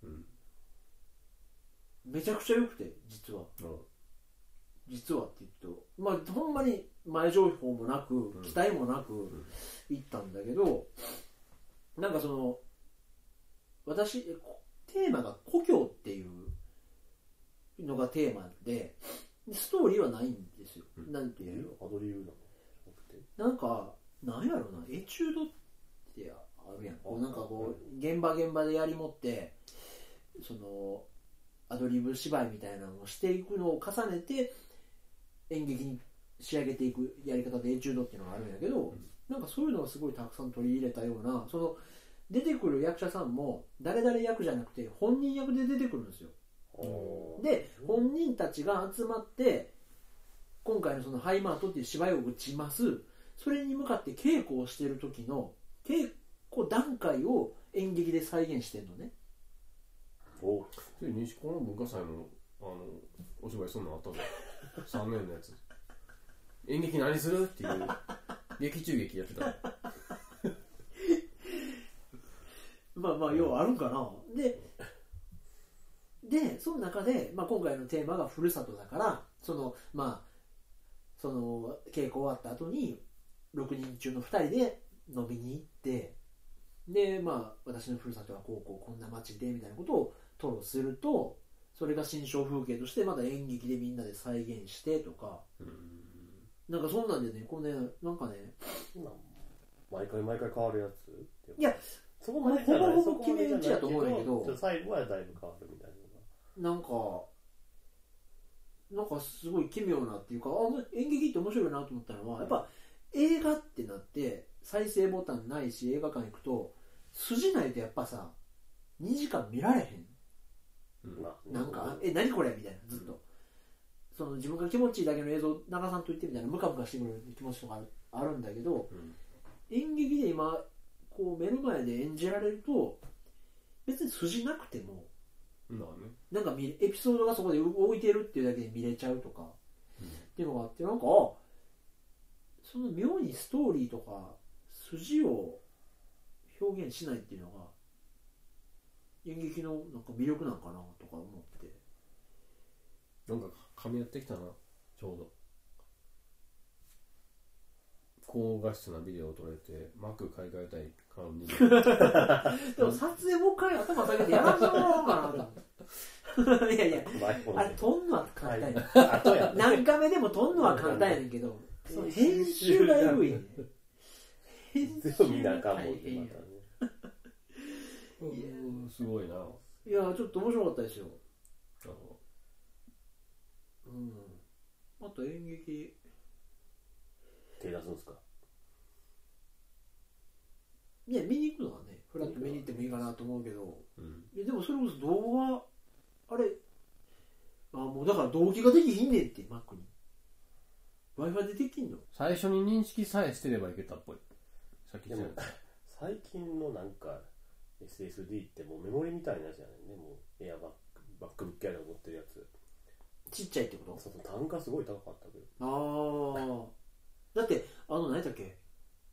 Speaker 1: うん
Speaker 2: めちゃくちゃ良くて実は実はって言うとまあほんまに前情報もなく
Speaker 1: ん
Speaker 2: 期待もなく行ったんだけど、なんかその私こテーマが故郷っていうのがテーマでストーリーはないんですよ、
Speaker 1: うん
Speaker 2: なんて
Speaker 4: え
Speaker 2: いうの
Speaker 4: アドリブなの
Speaker 1: って
Speaker 2: なんか、なんやろな、エチュードってあるやん。こうなんかこう、現場現場でやりもって、その、アドリブ芝居みたいなのをしていくのを重ねて、演劇に仕上げていくやり方でエチュードっていうのがあるんやけど、なんかそういうのをすごいたくさん取り入れたような、その、出てくる役者さんも、誰々役じゃなくて、本人役で出てくるんですよ。
Speaker 4: おー
Speaker 2: で本人たちが集まって今回のその「ハイマート」っていう芝居を打ちますそれに向かって稽古をしてる時の稽古段階を演劇で再現してんのね
Speaker 4: お
Speaker 1: それ西高の文化祭のあのお芝居そんなんあったぞ3年のやつ演劇何するっていう劇中劇やってたの
Speaker 2: まあまあ要はあるんかな、ででその中で、まあ、今回のテーマがふるさとだからそのまあその稽古終わった後に6人中の2人で飲みに行ってでまあ私のふるさとはこうこうこんな町でみたいなことを吐露するとそれが新象風景としてまた演劇でみんなで再現してとかなんかそんなんでねこうねなんかね
Speaker 4: 今毎回毎回変わるやつ
Speaker 2: いや
Speaker 4: そこまでじゃな
Speaker 2: ほ
Speaker 4: い
Speaker 2: ぼほぼ決め打ちやと思うんやけど
Speaker 4: そこまでじゃないちょっ最後はだいぶ変わるみたい
Speaker 2: なんかなんかすごい奇妙なっていうかあ演劇って面白いなと思ったのはやっぱ映画ってなって再生ボタンないし映画館行くと筋ないとやっぱさ2時間見られへん
Speaker 1: うん
Speaker 4: な、まあ
Speaker 2: なんか「え何これ?」みたいなずっと、その自分が気持ちいいだけの映像流さんといてみたいなムカムカしてくる気持ちとかあるあるんだけど
Speaker 1: うん
Speaker 2: 演劇で今こう目の前で演じられると別に筋なくても
Speaker 1: まあね
Speaker 2: なんか見エピソードがそこで置いてるっていうだけで見れちゃうとか、
Speaker 1: うん
Speaker 2: っていうのがあってなんかあその妙にストーリーとか筋を表現しないっていうのが演劇のなんか魅力なんかなとか思って
Speaker 1: なんか噛み合ってきたなちょうど高画質なビデオを撮れて幕買い替えたいからに
Speaker 2: (laughs) でも撮影もう一回頭下げてやらせてもらおうかなと思って (laughs) いやいや
Speaker 4: まあ一本で
Speaker 2: あれ撮んのは簡単や、ね
Speaker 4: はいあとや
Speaker 2: 何回目でも撮んのは簡単やねんけどその編集がエグいね編集
Speaker 4: 全部見な
Speaker 2: が
Speaker 4: あかんも
Speaker 2: 大
Speaker 4: んね
Speaker 2: 変
Speaker 4: ま
Speaker 2: や
Speaker 4: たね
Speaker 1: うんすごいなあ
Speaker 2: いやちょっと面白かったですよ
Speaker 1: の
Speaker 2: うんあと演劇
Speaker 4: 手出すんですか
Speaker 2: ね見に行くのはねフラッと見に行ってもいいかなと思うけど
Speaker 1: うん
Speaker 2: いやでもそれこそ動画あれあもうだから動機ができひんねんって Mac に w i f i でできんの
Speaker 1: 最初に認識さえしてればいけたっぽいさっき
Speaker 4: で
Speaker 1: 言って
Speaker 4: も
Speaker 1: たや
Speaker 4: 最近のなんか SSD ってもうメモリみたいなやつやねんねもうエアバックバックブックやら持ってるやつ
Speaker 2: ちっちゃいってこと
Speaker 4: そうそう単価すごい高かったけど
Speaker 2: ああだってあの何やったっけ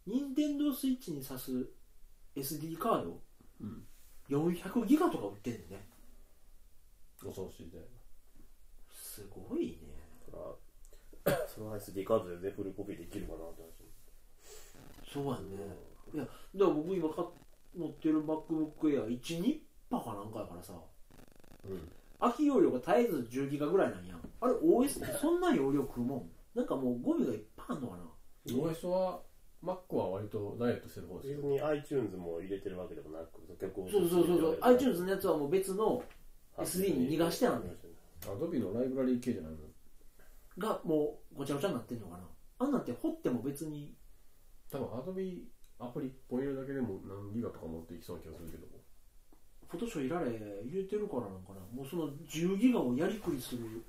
Speaker 2: 任天堂スイッチに挿す SD カード、
Speaker 1: うん
Speaker 2: 400ギガとか売ってんねんね
Speaker 1: つ恐ろしいで
Speaker 2: すごいね
Speaker 4: そらその SD カードで全フルコピーできるかなって
Speaker 2: そうやねいやだから僕今買っ持ってる MacBookAir12 パかなんかやからさ
Speaker 1: うん
Speaker 2: 空き容量が絶えず10ギガぐらいなんやんあれ OS ってそんな容量食うもんなんかもうゴミがいっぱいあんのかな
Speaker 1: ノイソは Mac は割とダイエットしてる方です
Speaker 4: 別
Speaker 1: よ
Speaker 4: に iTunes も入れてるわけでもなく曲を
Speaker 2: そうそうそうそう iTunes のやつはもう別の
Speaker 4: あ
Speaker 2: SD に逃がしてあんねん
Speaker 1: Adobe のライブラリー系じゃないの
Speaker 2: がもうごちゃごちゃになってんのかなあんなんて掘っても別に
Speaker 1: 多分 Adobe アプリポイントだけでも何ギガとか持っていきそうな気がするけど
Speaker 2: フォトショーいられ入れてるからなんかなもうその10ギガをやりくりする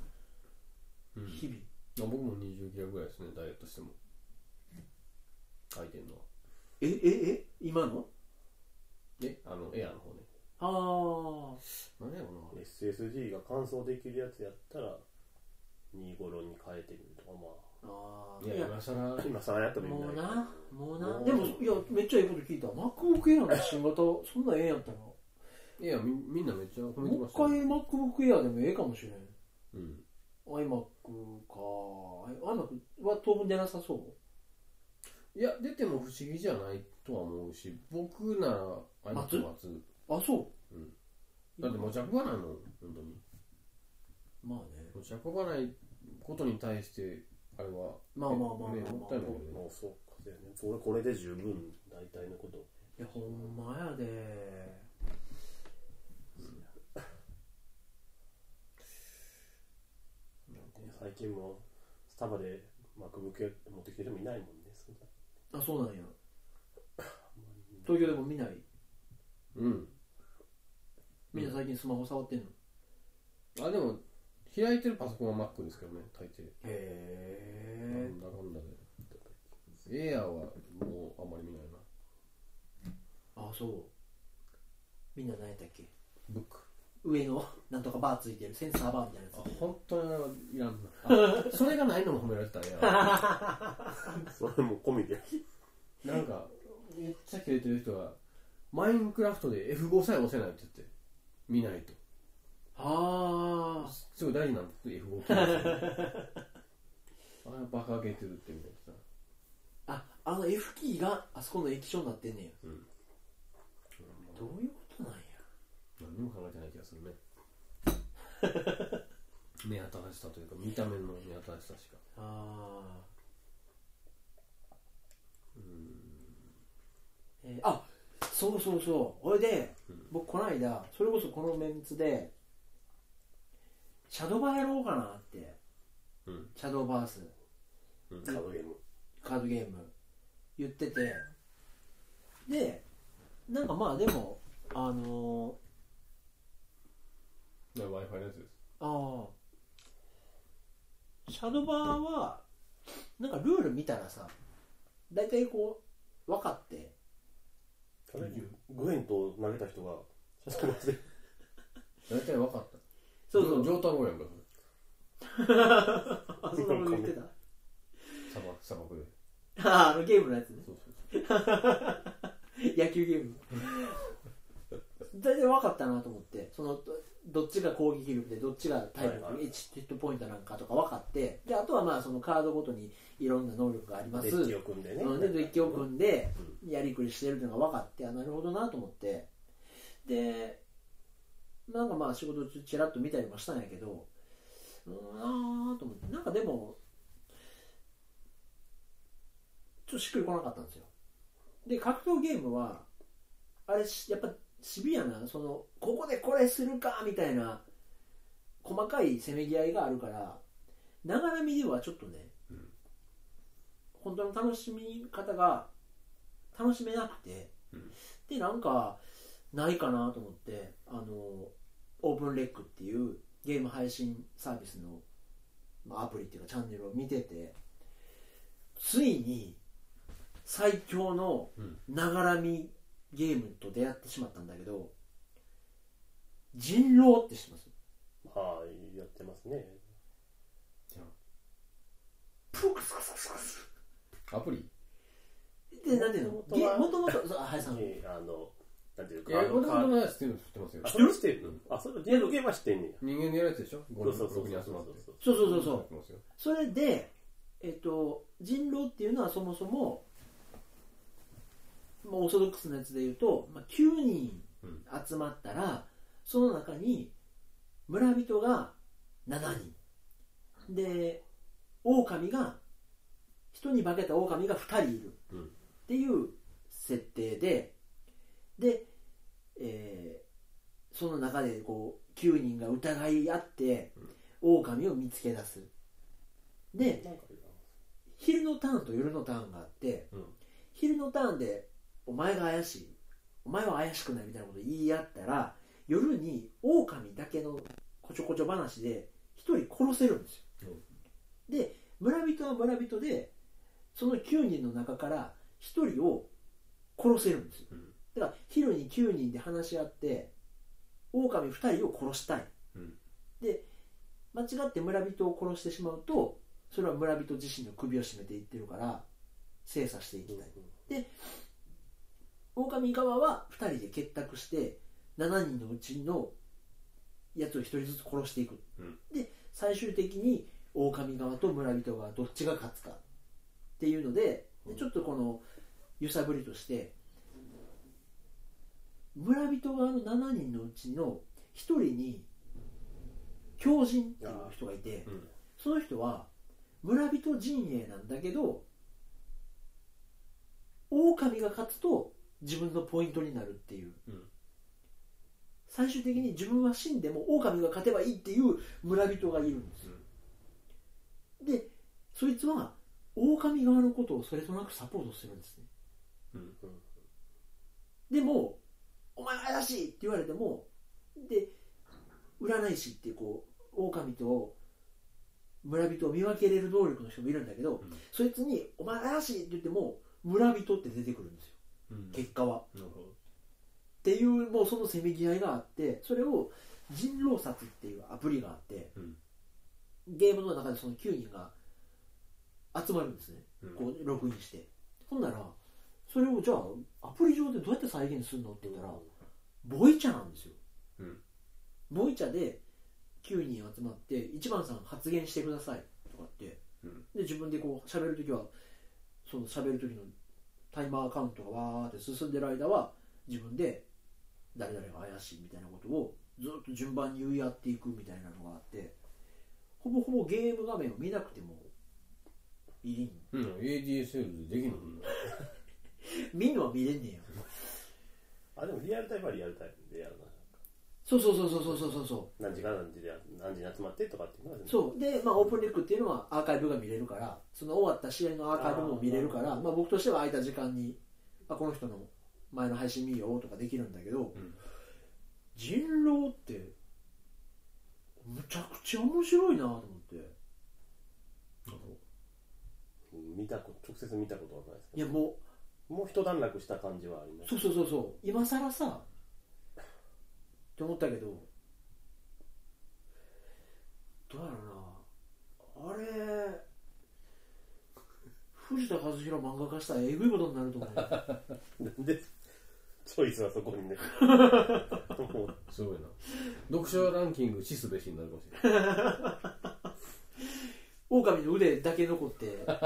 Speaker 1: うん
Speaker 2: 日々、
Speaker 1: まあ僕も20ギガぐらいですねダイエットしても空いてんのは
Speaker 2: えええ今の
Speaker 1: えあのエアの方ね
Speaker 2: ああ
Speaker 1: 何やろうな
Speaker 4: SSD が乾燥できるやつやったら25に変えてみるとかま
Speaker 2: あ
Speaker 1: い
Speaker 2: ー
Speaker 1: や
Speaker 2: いや
Speaker 1: 今さら
Speaker 4: あ今さらやってもいいん
Speaker 2: もう
Speaker 4: だ
Speaker 2: なもう
Speaker 4: も
Speaker 2: な
Speaker 4: う
Speaker 2: でもいやめっちゃいいこと聞いた MacBook Air の新型そんなんええんやったらも
Speaker 1: エアみみんなめっちゃ褒
Speaker 2: う
Speaker 1: めてま
Speaker 2: 一
Speaker 1: した
Speaker 2: 回
Speaker 1: ね
Speaker 2: MacBook Air でもええかもしれん
Speaker 1: うん
Speaker 2: iMac か iMac は当分出なさそう
Speaker 1: いや出ても不思議じゃないとは思うし僕なら iMac
Speaker 2: 松
Speaker 1: は松
Speaker 2: あそ
Speaker 1: だって持ち運ばないもん本当に
Speaker 2: うまあね
Speaker 1: 持ち運ばないことに対してあれは
Speaker 2: まあまあまあまあ
Speaker 1: ねもったいないよね
Speaker 4: もうそうかだよね俺これで十分大体のこと
Speaker 2: いやほんまやで
Speaker 4: 最近もスタバで MacBook 持ってきてる人もいないもんねそんな
Speaker 2: あそうなんや東京でも見ない
Speaker 1: うん
Speaker 2: みんな最近スマホ触ってんの、
Speaker 1: あでも開いてるパソコンは Mac ですけどね大抵な
Speaker 2: へ
Speaker 1: んだかんだでエアーはもうあんまり見ないな
Speaker 2: あそうみんな何やったっけ
Speaker 1: ブック
Speaker 2: 上の (laughs) なんとかバーついてるセンサーバーみたいなや
Speaker 1: あ
Speaker 2: つ
Speaker 1: 本当にいらんなあそ (laughs) れがないのも褒められてたねあ
Speaker 4: そ (laughs) れも込みで
Speaker 1: のなんかめっちゃ切れてる人がマインクラフトで F5 さえ押せないって言って見ないと
Speaker 2: あ
Speaker 1: すごい大事なんです F5 キーですよあれバカげてるってみたいなさ
Speaker 2: あああの F キーがあそこの液晶になってんねや、
Speaker 1: うん
Speaker 2: どういうことなんや
Speaker 1: 何にも考えてない気がするね (laughs) 目新しさというか見た目の目新しさしか
Speaker 2: あーえーあそうそうそうほいで、僕この間それこそこのメンツでシャドーバーやろうかなって、
Speaker 1: うん
Speaker 2: シャドーバース
Speaker 4: うんカードゲーム
Speaker 2: カードゲーム言っててでなんかまあでもあの
Speaker 1: w i f i のやつです
Speaker 2: ーああシャドバーはなんかルール見たらさ大体こう分かって
Speaker 4: あれグエンと投げた人が写真で
Speaker 1: 大体分かった
Speaker 2: そうそう
Speaker 1: 上太郎やんか
Speaker 2: あそんなこと言ってた
Speaker 1: 砂漠砂漠で
Speaker 2: (laughs) あーあのゲームのやつね
Speaker 1: そうそう
Speaker 2: (laughs) 野球ゲーム大体分かったなと思ってそのどどっちが攻撃力でどっちが体力、
Speaker 4: はいはい
Speaker 2: 1ヒットポイントなんかとか分かってであとはまあそのカードごとにいろんな能力があります
Speaker 4: (laughs) デッキを組んでね
Speaker 2: うんでデッキを組んで
Speaker 4: う
Speaker 2: やりくりしてるっていうのが分かってあなるほどなと思ってでなんかまあ仕事中ちらっと見たりもしたんやけどうーんあーと思ってなんかでもちょっとしっくりこなかったんですよで格闘ゲームはあれしやっぱシビアなそのここでこれするかみたいな細かいせめぎ合いがあるからながら見ではちょっとね、
Speaker 1: うん
Speaker 2: 本当の楽しみ方が楽しめなくて、
Speaker 1: うん
Speaker 2: でなんかないかなと思ってあのオープンレックっていうゲーム配信サービスの、まあ、アプリっていうかチャンネルを見ててついに最強の
Speaker 1: うん
Speaker 2: ながらみゲームと出会ってしまったんだけど人狼って知ってます
Speaker 4: はいやってますね
Speaker 1: じゃ
Speaker 2: プクスクスクスクス
Speaker 1: あアプリ
Speaker 2: で、なんていうの
Speaker 4: 元々は
Speaker 2: もともと、そうあはいさん。
Speaker 4: えあのなんていう
Speaker 1: い
Speaker 4: か
Speaker 1: や
Speaker 4: あ
Speaker 1: も
Speaker 4: の
Speaker 1: と
Speaker 4: カ
Speaker 1: もと
Speaker 4: ード
Speaker 1: のやつっていうの知ってますよ
Speaker 4: あそれ知ってるのあそれデートゲームは知ってんねや
Speaker 1: 人間でやるやつでしょ
Speaker 4: そう
Speaker 1: 5
Speaker 4: そ
Speaker 1: 人
Speaker 4: うそう
Speaker 1: 6
Speaker 4: そう
Speaker 1: 人
Speaker 4: そ
Speaker 1: 集
Speaker 4: う
Speaker 1: まって
Speaker 2: そうそうそうそ
Speaker 1: やっ
Speaker 2: う。
Speaker 1: てますよ
Speaker 2: それで、えっと、人狼っていうのはそもそも、まあ、オーソドックスなやつで言うと、まあ、9人
Speaker 1: うん
Speaker 2: 集まったら、その中に村人が7人。で、狼が、人に化けた狼が2人いる。
Speaker 1: うん
Speaker 2: っていう設定で、で、えーその中でこう、9人が疑い合って、狼を見つけ出す。で、
Speaker 4: なんか
Speaker 2: 昼のターンと夜のターンがあって、
Speaker 1: うん
Speaker 2: 昼のターンでお前が怪しいお前は怪しくないみたいなこと言い合ったら夜に狼だけのこちょこちょ話で一人殺せるんですよ、で村人は村人でその9人の中から一人を殺せるんですよ、
Speaker 1: うん
Speaker 2: だから昼に9人で話し合って狼2人を殺したい、
Speaker 1: うん
Speaker 2: で間違って村人を殺してしまうとそれは村人自身の首を絞めていってるから精査していきたい狼側は2人で結託して7人のうちのやつを1人ずつ殺していく、
Speaker 1: うん
Speaker 2: で最終的に狼側と村人側どっちが勝つかっていうのででちょっとこの揺さぶりとして村人側の7人のうちの1人に狂人っていう人がいて、
Speaker 1: うん
Speaker 2: その人は村人陣営なんだけど狼が勝つと自分のポイントになるっていう、
Speaker 1: うん
Speaker 2: 最終的に自分は死んでも狼が勝てばいいっていう村人がいるんですよ、でそいつは狼側のことをそれとなくサポートするんですね
Speaker 1: うん
Speaker 2: でも「お前は怪しい!」って言われてもで占い師っていうこう狼と村人を見分けれる能力の人もいるんだけど、
Speaker 1: ん
Speaker 2: そいつに「お前怪しい!」って言っても村人って出てくるんですよ
Speaker 1: うん
Speaker 2: 結果は。
Speaker 1: なるほ
Speaker 2: っていうもうそのせめぎ合いがあってそれを人狼殺っていうアプリがあって、
Speaker 1: うん
Speaker 2: ゲームの中でその9人が集まるんですね
Speaker 1: ど
Speaker 2: こうログインしてほんならそれをじゃあアプリ上でどうやって再現するのって言ったらボイチャなんですよ、
Speaker 1: うん
Speaker 2: ボイチャで9人集まって1番さん発言してくださいとかって、
Speaker 1: うん
Speaker 2: で自分でこう喋るときはその喋るときのタイマーカウントがわーって進んでる間は自分で誰々が怪しいみたいなことをずっと順番に言い合っていくみたいなのがあってほぼほぼゲーム画面を見なくてもいいん
Speaker 1: うん ADSL でできるの
Speaker 2: 見んのは見れんねんよ
Speaker 4: あでもリアルタイムはリアルタイムでやるな
Speaker 2: そうそうそうそうそうそうそうそ
Speaker 4: 何時から何時で何時に集まってとかっていうのは全
Speaker 2: う
Speaker 4: 然
Speaker 2: で、まあ、オープンレックっていうのはアーカイブが見れるからその終わった試合のアーカイブも見れるから
Speaker 4: あー
Speaker 2: まあ、僕としては空いた時間に、あ、この人の前の配信見ようとかできるんだけど、
Speaker 1: うん
Speaker 2: 人狼ってむちゃくちゃ面白いなと思って
Speaker 4: うん見たこ直接見たことはないです
Speaker 2: い
Speaker 4: け
Speaker 2: やも
Speaker 4: どもう一段落した感じはありま
Speaker 2: う
Speaker 4: す
Speaker 2: そうそうそうそう今更さって思ったけどどうやろなあれ藤田和弘漫画化したらえぐいことになると思う (laughs) よ
Speaker 4: なんでチョイスはそこ
Speaker 2: (laughs)
Speaker 4: にねもう
Speaker 1: すごいな読書ランキング死すべしになるかもしれない
Speaker 2: 狼の腕だけ残ってどっ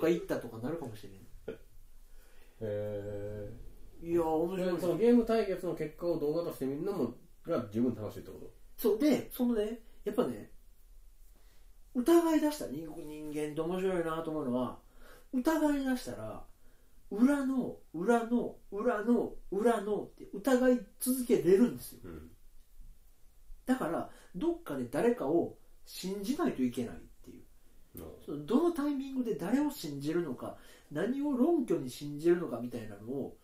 Speaker 2: か行ったとかなるかもしれ
Speaker 1: へ
Speaker 2: んいやー面白い
Speaker 1: えそのゲーム対決の結果を動画としてみんなもが十分楽しいってこ
Speaker 2: そうでそのねやっぱね疑い出した人人間って面白いなと思うのは疑い出したら裏の裏の裏の裏のって疑い続けれるんですよ
Speaker 1: とうん
Speaker 2: だからどっかで誰かを信じないといけないっていうそのどのタイミングで誰を信じるのか何を論拠に信じるのかみたいなのを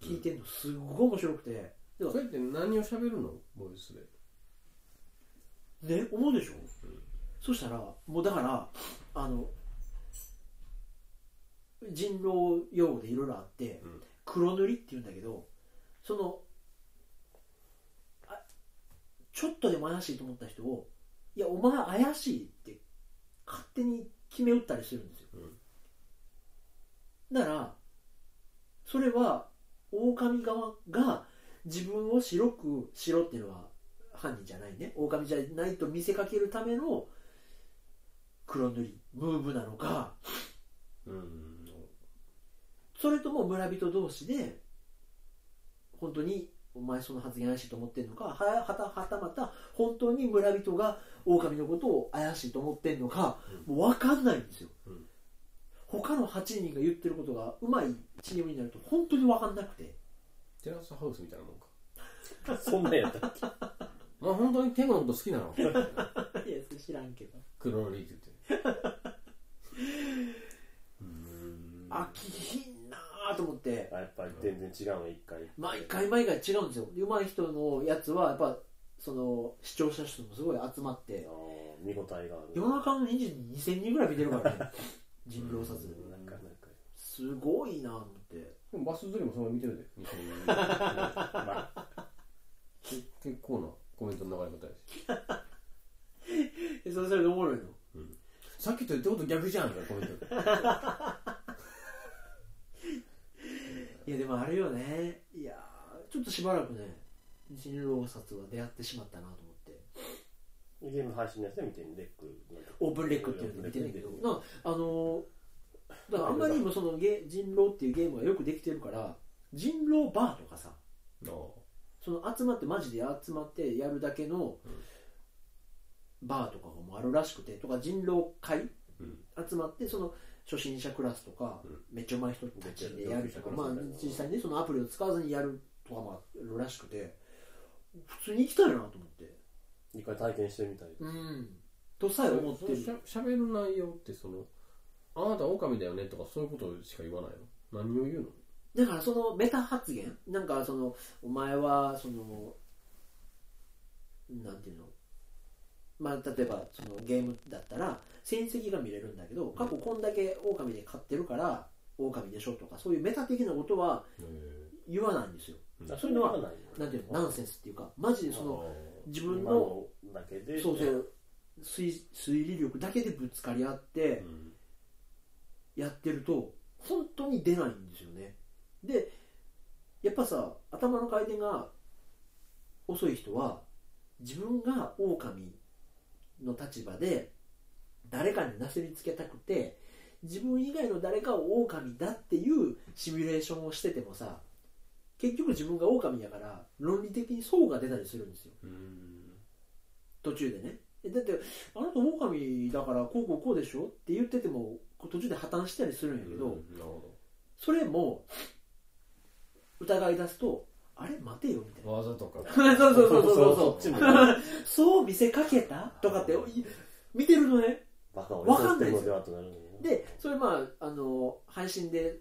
Speaker 2: 聞いてるのすっごい面白くて、
Speaker 1: それって何を喋るのボイスで
Speaker 2: ね思うでしょ、そしたらもうだからあの人狼用語でいろいろあって、
Speaker 1: うん
Speaker 2: 黒塗りっていうんだけどそのあちょっとでも怪しいと思った人を「いやお前怪しい」って勝手に決め打ったりするんですよ、ならそれは狼側が自分を白くしろっていうのは犯人じゃないね狼じゃないと見せかけるための黒塗りムーブなのか
Speaker 1: うん
Speaker 2: それとも村人同士で本当にお前その発言怪しいと思ってんのかははたはたまた本当に村人が狼のことを怪しいと思ってんのか、もう分かんないんですよ、
Speaker 1: うん
Speaker 2: 他の8人が言ってることがうまいチームになると本当に分かんなくて
Speaker 1: テラスハウスみたいなもんか
Speaker 4: そんなんやったっけ
Speaker 1: まあ本当にテゴのこと好き (laughs) なの
Speaker 2: いや知らんけど
Speaker 1: 黒ロリって言ってうーん
Speaker 2: 飽きひんなーと思って
Speaker 4: あやっぱり全然違うの一回
Speaker 2: 毎回毎回違うんですよで上手い人のやつはやっぱその視聴者数もすごい集まって
Speaker 4: あー見応えがある
Speaker 2: 夜中の2時に2000人ぐらい見てるからね (laughs) 人狼殺
Speaker 4: うんなかなか
Speaker 2: すごいなと思って
Speaker 1: でもバス釣りもそのまま見てるで一緒にうん
Speaker 4: まあ
Speaker 1: 結結構なコメントの流れ方やし
Speaker 2: えそれそれでおもろいの
Speaker 1: さっきと言ったこと逆じゃんコメント
Speaker 2: いやでもあれよねいやーちょっとしばらくね人狼殺は出会ってしまったなと思って
Speaker 4: ゲーム配信のやつで見てるレックなんか
Speaker 2: オープンレックっていうので見てるけど
Speaker 4: オープンレック
Speaker 2: なあのーだからあんまりにもそのゲ人狼っていうゲームがよくできてるから人狼バーとかさ
Speaker 1: ああ
Speaker 2: その集まってマジで集まってやるだけのバーとかもあるらしくてとか人狼会
Speaker 1: うん
Speaker 2: 集まってその初心者クラスとか、
Speaker 1: うん
Speaker 2: めっちゃ上手い人たちでやるとか、
Speaker 4: めっち
Speaker 2: ま
Speaker 4: ゃ
Speaker 2: あ
Speaker 4: 上手い人たちみたいな、
Speaker 2: 実際にねそのアプリを使わずにやるとかもあるらしくて普通に行きたいなと思って
Speaker 4: 一回体験してみたい。
Speaker 2: うんとさえ思ってる
Speaker 1: そのしゃべる内容ってその「あなた狼だよね」とかそういうことしか言わないの何を言うの
Speaker 2: だからそのメタ発言なんかそのお前はそのなんていうのまあ例えばそのゲームだったら戦績が見れるんだけど過去こんだけ狼で勝ってるから狼でしょとかそういうメタ的なことは言わないんですよ
Speaker 4: あ
Speaker 2: そういうのは
Speaker 4: そない
Speaker 2: なんていうのナンセンスっていうかマジでその自分
Speaker 4: 今
Speaker 2: の
Speaker 4: のだけで。
Speaker 2: そうそう推推理力だけでぶつかり合って
Speaker 1: うん
Speaker 2: やってると本当に出ないんですよねでやっぱさ頭の回転が遅い人は自分が狼の立場で誰かになすりつけたくて自分以外の誰かを狼だっていうシミュレーションをしててもさ結局自分が狼やから論理的に層が出たりするんですよ
Speaker 1: うん
Speaker 2: 途中でねえだってあなた狼だからこうこうこうでしょって言ってても途中で破綻したりするんやけど、
Speaker 1: なるほ
Speaker 2: それも疑い出すとあれ待てよみたい
Speaker 1: どわざと (laughs) か
Speaker 2: な (laughs) そうそうそうそうそう
Speaker 4: そ
Speaker 2: そうう
Speaker 4: そっちも
Speaker 2: そう見せかけたとかってい見てるのね
Speaker 4: バカ
Speaker 2: わかんないで
Speaker 4: 俺の
Speaker 2: す
Speaker 4: で
Speaker 2: よ
Speaker 4: はとなるんだけど
Speaker 2: でそれまああの配信で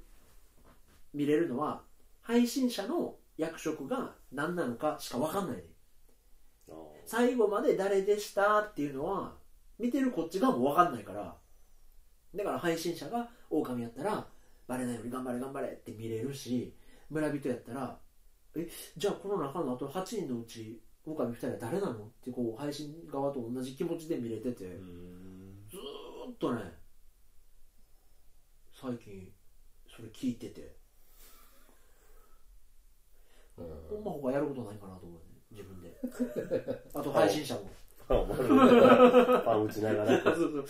Speaker 2: 見れるのは配信者の役職が何なのかしか分かんないね
Speaker 4: あ
Speaker 2: 最後まで誰でしたっていうのは見てるこっち側も分かんないからだから配信者が狼やったらバレないように頑張れ頑張れって見れるし村人やったらえじゃあこの中のあと8人のうち狼2人は誰なのってこう配信側と同じ気持ちで見れてて
Speaker 1: う
Speaker 2: ず
Speaker 1: ん
Speaker 2: ーっとね最近それ聞いててほんま他やることないかなと思うね自分であと配信者も
Speaker 4: あ。パンを丸めながらパン打ちながら。
Speaker 2: (laughs) そうそう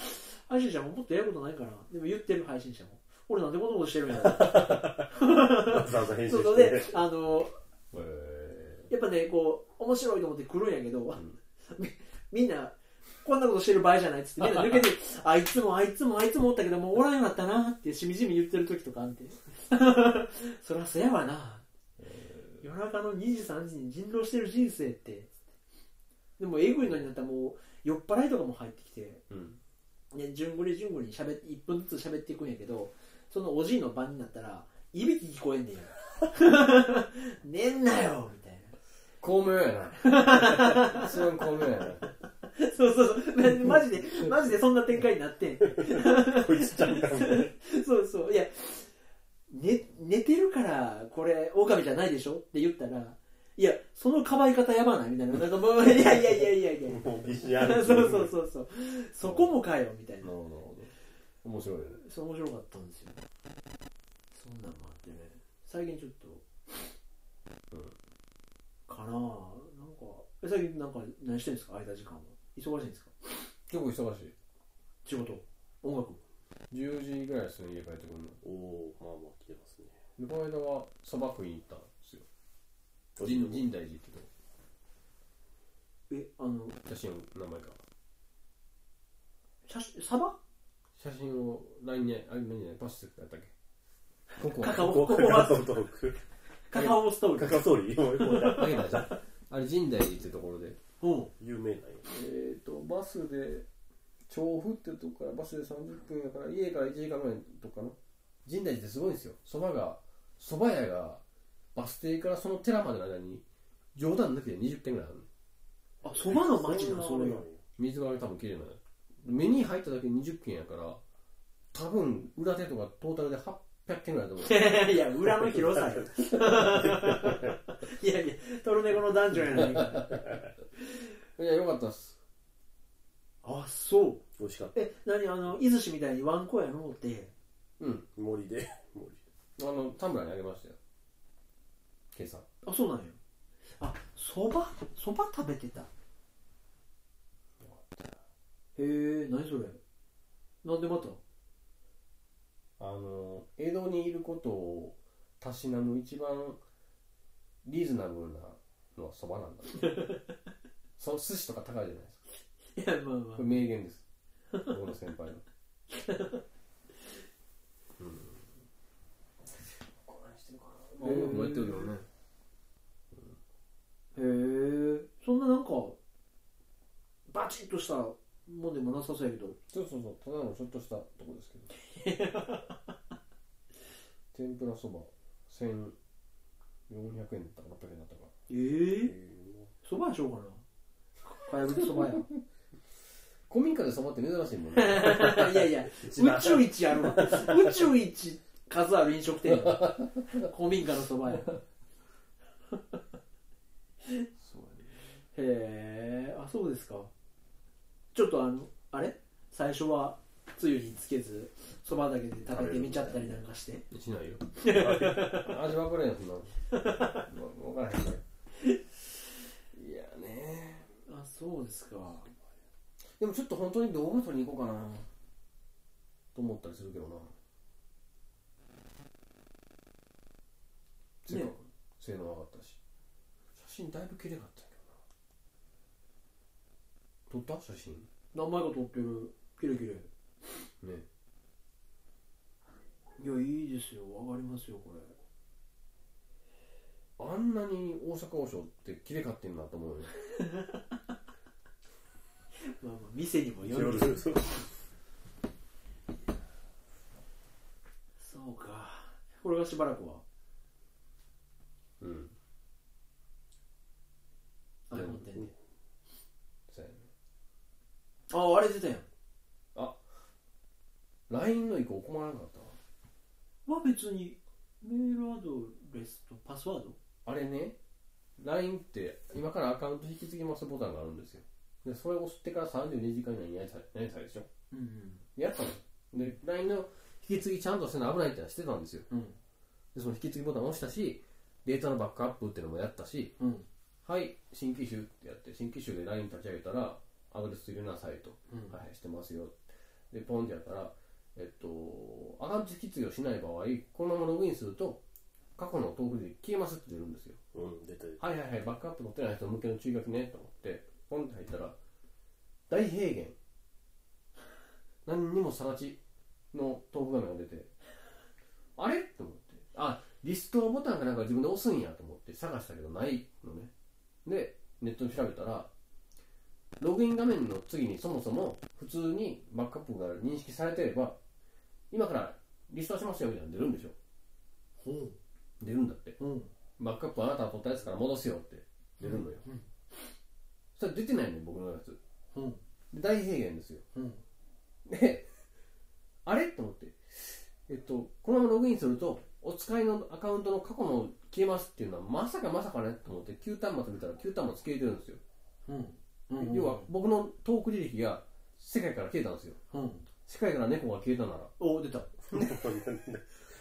Speaker 2: 配信者ももっとやることないからでも言ってる配信者も俺なんでこんなことして (laughs) るんやろ
Speaker 4: わざわざ編集
Speaker 2: そうそう
Speaker 4: し
Speaker 2: で
Speaker 4: て。
Speaker 2: あの
Speaker 1: え
Speaker 2: やっぱねこう面白いと思って来るんやけど、
Speaker 1: ん
Speaker 2: み (laughs) みんなこんなことしてる場合じゃない
Speaker 1: (laughs)
Speaker 2: っつってみんな抜けてあいつもあいつもあいつもおったけどもうおらんようになったなってしみじみ言ってる時とかあんて (laughs) そりゃそやわな夜中の2時3時に人狼してる人生ってでもえぐいのになったらもう酔っ払いとかも入ってきて
Speaker 1: うん
Speaker 2: ね、順繰り順繰りにしゃべ1分ずつ喋っていくんやけどそのおじいの番になったらいびき聞こえんねんよ (laughs) 寝んなよみたいな
Speaker 1: 巧妙や (laughs) な一番巧妙やな
Speaker 2: (laughs) そうそうそうまマジでマジでそんな展開になってん
Speaker 4: こいつちゃんかみたいな。
Speaker 2: そうそういや、ね、寝てるからこれ狼じゃないでしょって言ったらいやそのかばい方やばないみたいななんかもういやいやいやいやいや
Speaker 4: もうビシア
Speaker 2: (laughs)
Speaker 4: ル。
Speaker 2: そうそうそうそうそこもかよみたい
Speaker 1: な
Speaker 2: な
Speaker 1: るほどなるほど面白いね
Speaker 2: そう面白かったんですよそんなんもあってね最近ちょっと、
Speaker 1: うん
Speaker 2: かなあなんかえ最近なんか何してるんですか間時間は忙しいんですか
Speaker 1: 結構忙しい
Speaker 2: 仕事音楽
Speaker 1: 10時ぐらいですね家帰ってくるの
Speaker 4: おおまあまあ来てますね。
Speaker 1: でこの間はそば食いに行ったんですよ神神代寺ってとこ
Speaker 2: えあの
Speaker 1: 写真を何枚か
Speaker 2: 写真サバ
Speaker 1: 写真を LINE にあれ何じゃないパスやったっけここ
Speaker 2: カ
Speaker 1: (laughs)
Speaker 2: カ
Speaker 1: あ
Speaker 2: オ
Speaker 4: こ
Speaker 2: こ
Speaker 4: こ
Speaker 2: こ
Speaker 4: は
Speaker 2: は
Speaker 4: トーク。
Speaker 2: カカオストーリ
Speaker 4: カ
Speaker 2: ー
Speaker 4: カソーリーもうこれ
Speaker 1: げたじゃんあれ神代寺ってところで
Speaker 2: うん
Speaker 4: 有名なんよ。
Speaker 1: えっ、とバスで調布ってとこからバスで30分やから家から1時間ぐらいのとこかな神代寺ってすごいんですよそばがそば屋がバス停からその寺までの間に冗談抜きで20軒ぐらいあるの
Speaker 2: あそばの町なのそ
Speaker 4: ん
Speaker 2: れ
Speaker 4: な
Speaker 2: が
Speaker 1: 水が多分綺麗なのよ目に入っただけで20軒やから多分裏手とかトータルで800軒ぐらいだと思う
Speaker 2: いや裏の広さよいやいやトルネコのダンジョンやないか
Speaker 1: いやよかったっす
Speaker 2: あそう
Speaker 4: 美味しかった。
Speaker 2: え何あの伊豆市みたいにワンコやのうて
Speaker 1: うん
Speaker 4: 森で。森。
Speaker 1: あのタンブラーにあげましたよ計算
Speaker 2: あそうなんやあそばそば食べてたへえ何それなんでまた
Speaker 1: あの江戸にいることをたしなむ一番 (laughs) リーズナブルなのはそばなんだその寿司とか高いじゃないですか
Speaker 2: いやまあま
Speaker 1: これ名言です僕の先輩の
Speaker 2: あ
Speaker 1: 音楽もやってるけどね
Speaker 2: へえそんななんかバチッとしたもんでもなさそうやけど
Speaker 1: そうそうそうただのちょっとしたとこですけど (laughs) 天ぷらそば1400円だったか800円だったか
Speaker 2: ええそばやしようかなかやぶきそばや
Speaker 1: 古民家でそばって珍しいもんね
Speaker 2: (laughs) いやいや
Speaker 4: 一番
Speaker 2: 宇宙一あるわ宇宙一数ある飲食店や古民家のそばや
Speaker 1: そうやね
Speaker 2: へえあそうですかちょっとあのあれ最初はつゆにつけずそばだけで食べてみちゃったりなんかして
Speaker 1: しないよ味わからへんやつな分からへんねいやね
Speaker 2: あそうですか
Speaker 1: でもちょっと本当に動画撮りに行こうかなと思ったりするけどなせ
Speaker 2: ね
Speaker 1: 性能上がったし写真だいぶ綺麗かったけどな撮った写真
Speaker 2: 何枚か撮ってるキレキレ
Speaker 1: ね
Speaker 2: いやいいですよ上がりますよこれ
Speaker 1: あんなに大阪王将って綺麗かってんなと思うよね
Speaker 2: まあまあ店にもよ
Speaker 4: 夜
Speaker 2: るそうかこれがしばらくは
Speaker 1: うん
Speaker 2: あれ持ってんね
Speaker 1: そうやね
Speaker 2: ああれ出たやん
Speaker 1: LINE の移行困らなかったわ
Speaker 2: まあ別にメールアドレスとパスワード
Speaker 1: あれね、LINE って今からアカウント引き継ぎますボタンがあるんですよ。で、それを押してから32時間以内にやりたいやりたいでしょ。
Speaker 2: うん
Speaker 1: でやったの。で、LINE の引き継ぎちゃんとしての危ないってのはしてたんですよ。
Speaker 2: うん
Speaker 1: で、その引き継ぎボタンを押したし、データのバックアップっていうのもやったし、
Speaker 2: うん
Speaker 1: はい、新規集ってやって、新規集で LINE 立ち上げたら、アドレス入れなさいと。
Speaker 2: うん
Speaker 1: はい、してますよ。で、ポンってやったら、えっと、アカウント引き継ぎをしない場合、このままログインすると、過去のトークで消えますって出るんですよ。
Speaker 4: うん、出てる。
Speaker 1: はいはいはい、バックアップ持ってない人向けの注意書きねと思って、ポンって入ったら、大平原、何にもさらちの豆腐画面が出て、あれと思って、あ、リストボタンかなんか自分で押すんやと思って探したけどないのね。で、ネットで調べたら、ログイン画面の次にそもそも普通にバックアップが認識されてれば、今からリストアしますよみたいなの出るんでしょ。
Speaker 2: ほう
Speaker 1: 出るんだって。
Speaker 2: うん
Speaker 1: バックアップあなたが取ったやつから戻すよって出るのよ、
Speaker 2: うん
Speaker 1: それ出てないのよ僕のやつ
Speaker 2: うん
Speaker 1: で大平原ですよ
Speaker 2: うん
Speaker 1: であれと思ってえっとこのままログインするとお使いのアカウントの過去の消えますっていうのはまさかまさかねと思って旧端末見たら旧端末消えてるんですよ、
Speaker 2: うんうん
Speaker 1: 要は僕のトーク履歴が世界から消えたんですよ
Speaker 2: うん
Speaker 1: 世界から猫が消えたなら
Speaker 2: お出た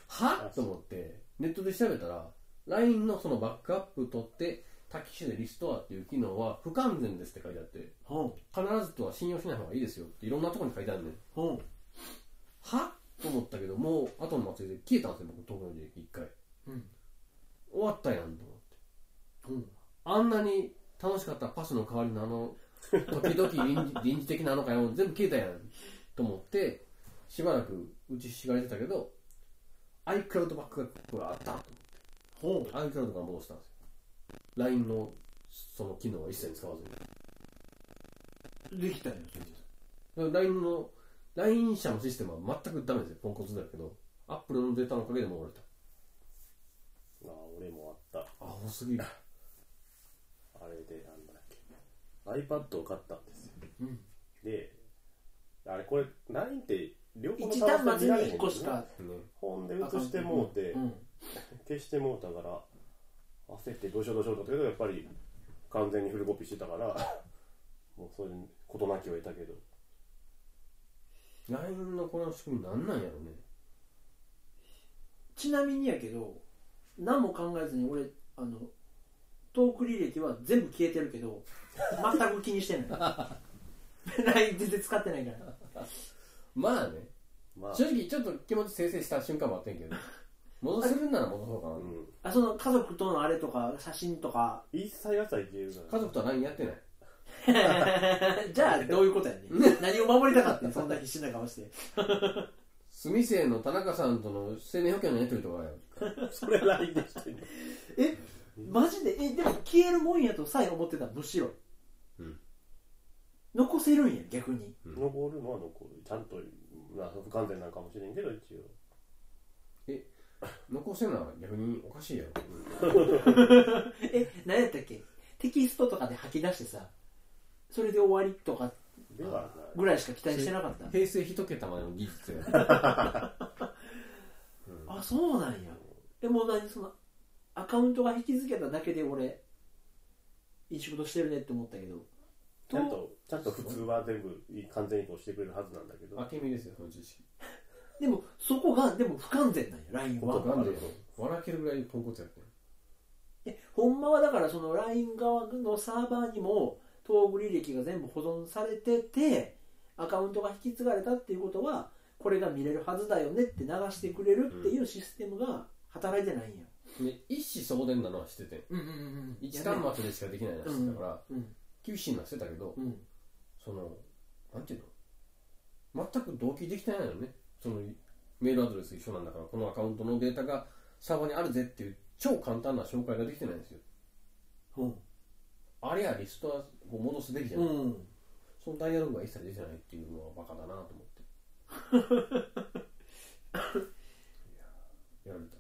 Speaker 1: はと思ってネットで調べたら LINE のそのバックアップ取ってタキシでリストアっていう機能は不完全ですって書いてあって
Speaker 2: ほう
Speaker 1: 必ずとは信用しない方がいいですよっていろんなところに書いてあるねん
Speaker 2: ほう
Speaker 1: はと思ったけどもう後の祭りで消えたんですよ僕東京で一回
Speaker 2: うん
Speaker 1: 終わったやんと思って
Speaker 2: うん
Speaker 1: あんなに楽しかったパスの代わりのあ
Speaker 2: (laughs)
Speaker 1: の時々臨時臨時的なあの会話も全部消えたやんと思ってしばらく打ちひしがれてたけど iCloud バックアップがあったと思って
Speaker 2: ほ
Speaker 1: iCloud から戻したんですよ LINE のその機能は一切使わずに
Speaker 2: うできたよ
Speaker 1: だから LINE の LINE 社のシステムは全くダメですよポンコツだけどアップルのデータのおかげで戻れた
Speaker 4: ああ、俺もあっ
Speaker 1: あ多すぎる
Speaker 4: た。あれで、なんだっけ。iPad を買ったんですよ。
Speaker 2: うん
Speaker 4: で、あれ、これ、LINE って、両方
Speaker 2: 一端末に
Speaker 4: 一
Speaker 2: 一個し。か
Speaker 1: ね
Speaker 4: 本で写してもうて、
Speaker 2: うん
Speaker 4: 消してもうたから、焦ってどうしようどうしようと思ったけど、やっぱり、完全にフルコピーしてたから、 (laughs) もうそれに事なきを得たけど、
Speaker 1: LINE のこの仕組みなんなんやろね
Speaker 2: ちなみにやけど何も考えずに俺あのトーク履歴は全部消えてるけど全く気にしてない (laughs) LINE 全然使ってないから
Speaker 1: まあね
Speaker 4: まあ、
Speaker 1: 正直ちょっと気持ち生成した瞬間もあってん (laughs) けど戻せるんなら戻そうかな
Speaker 4: うん。
Speaker 2: あその家族とのあれとか写真とか (laughs)
Speaker 4: 一切はさえ消えるから。
Speaker 1: 家族とは LINE やってない
Speaker 2: じゃあどういうことやねん何を守りたかったんそんな必死な顔して
Speaker 1: 住生の田中さんとの生命保険のやり取りとかよ
Speaker 4: それ LINE でしてんの
Speaker 2: えマジでえでも消えるもんやとさえ思ってたむしろ、
Speaker 1: うん
Speaker 2: 残せるんや逆に
Speaker 4: 残るのは残るちゃんと、まあ、不完全なんかもしれんけど一応
Speaker 1: 残せな逆におかしいよ
Speaker 2: え何やったっけテキストとかで吐き出してさそれで終わりとか
Speaker 4: ではない
Speaker 2: ぐらいしか期待してなかった
Speaker 1: 平成一桁までの技術 (laughs) や
Speaker 2: あそうなんやでもう何そのアカウントが引き付けただけで俺いい仕事してるねって思ったけど
Speaker 4: ちゃんとちゃんと普通は全部完全移行してくれるはずなんだけど
Speaker 1: あけみですよその知識
Speaker 2: でもそこがでも不完全なんや LINE
Speaker 4: わ
Speaker 2: は
Speaker 4: かる
Speaker 1: なんで笑けるぐらいポンコツやってん
Speaker 2: えほんまはだからその LINE 側のサーバーにも登録履歴が全部保存されててアカウントが引き継がれたっていうことはこれが見れるはずだよねって流してくれるっていうシステムが働いてないんや、
Speaker 1: で一子相伝なのは知ってて
Speaker 2: うん、うんうん
Speaker 1: 一端末でしかできないらしいだから
Speaker 2: うん
Speaker 1: 九死になしてたけど
Speaker 2: うん
Speaker 1: そのなんていうの全く同期できてないのよねそのメールアドレス一緒なんだからこのアカウントのデータがサーバーにあるぜっていう超簡単な紹介ができてないんですよ
Speaker 2: ほ
Speaker 1: あれやリストはこう戻すべきじゃ
Speaker 2: う
Speaker 1: ない、
Speaker 2: うん
Speaker 1: そのダイアログが一切できてないっていうのはバカだなと思っていややられた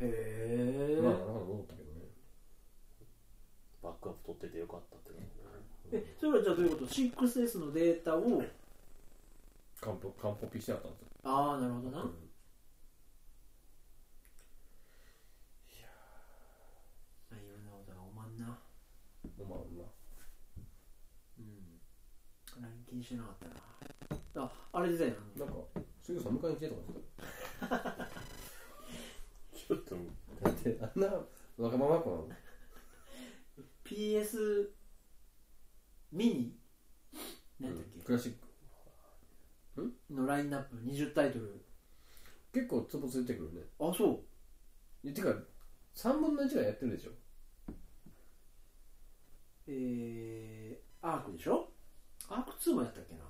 Speaker 2: へえ、
Speaker 1: まあなかなか戻ったけどね
Speaker 4: バックアップ取っててよかったってな
Speaker 2: えそれはじゃあどういうこと 6S のデータを
Speaker 1: カンポカンポピしてあったんですよ
Speaker 2: ああなるほどな、まあ、いろんなことがおまんな
Speaker 1: うんまあまあ
Speaker 2: うん LINE 気にしてなかったなああれでだよな
Speaker 1: なんか杉浦さん迎えに来てとか言ってた
Speaker 4: ちょっと
Speaker 1: だってあんなわがまま子なの
Speaker 2: PS ミニ何だっけ、
Speaker 1: クラシック
Speaker 2: のラインナップ20タイトル
Speaker 1: 結構ツボついてくるね
Speaker 2: あそう
Speaker 1: いやてか3分の1がやってるでしょ
Speaker 2: えー、アークでしょアーク2もやったっけな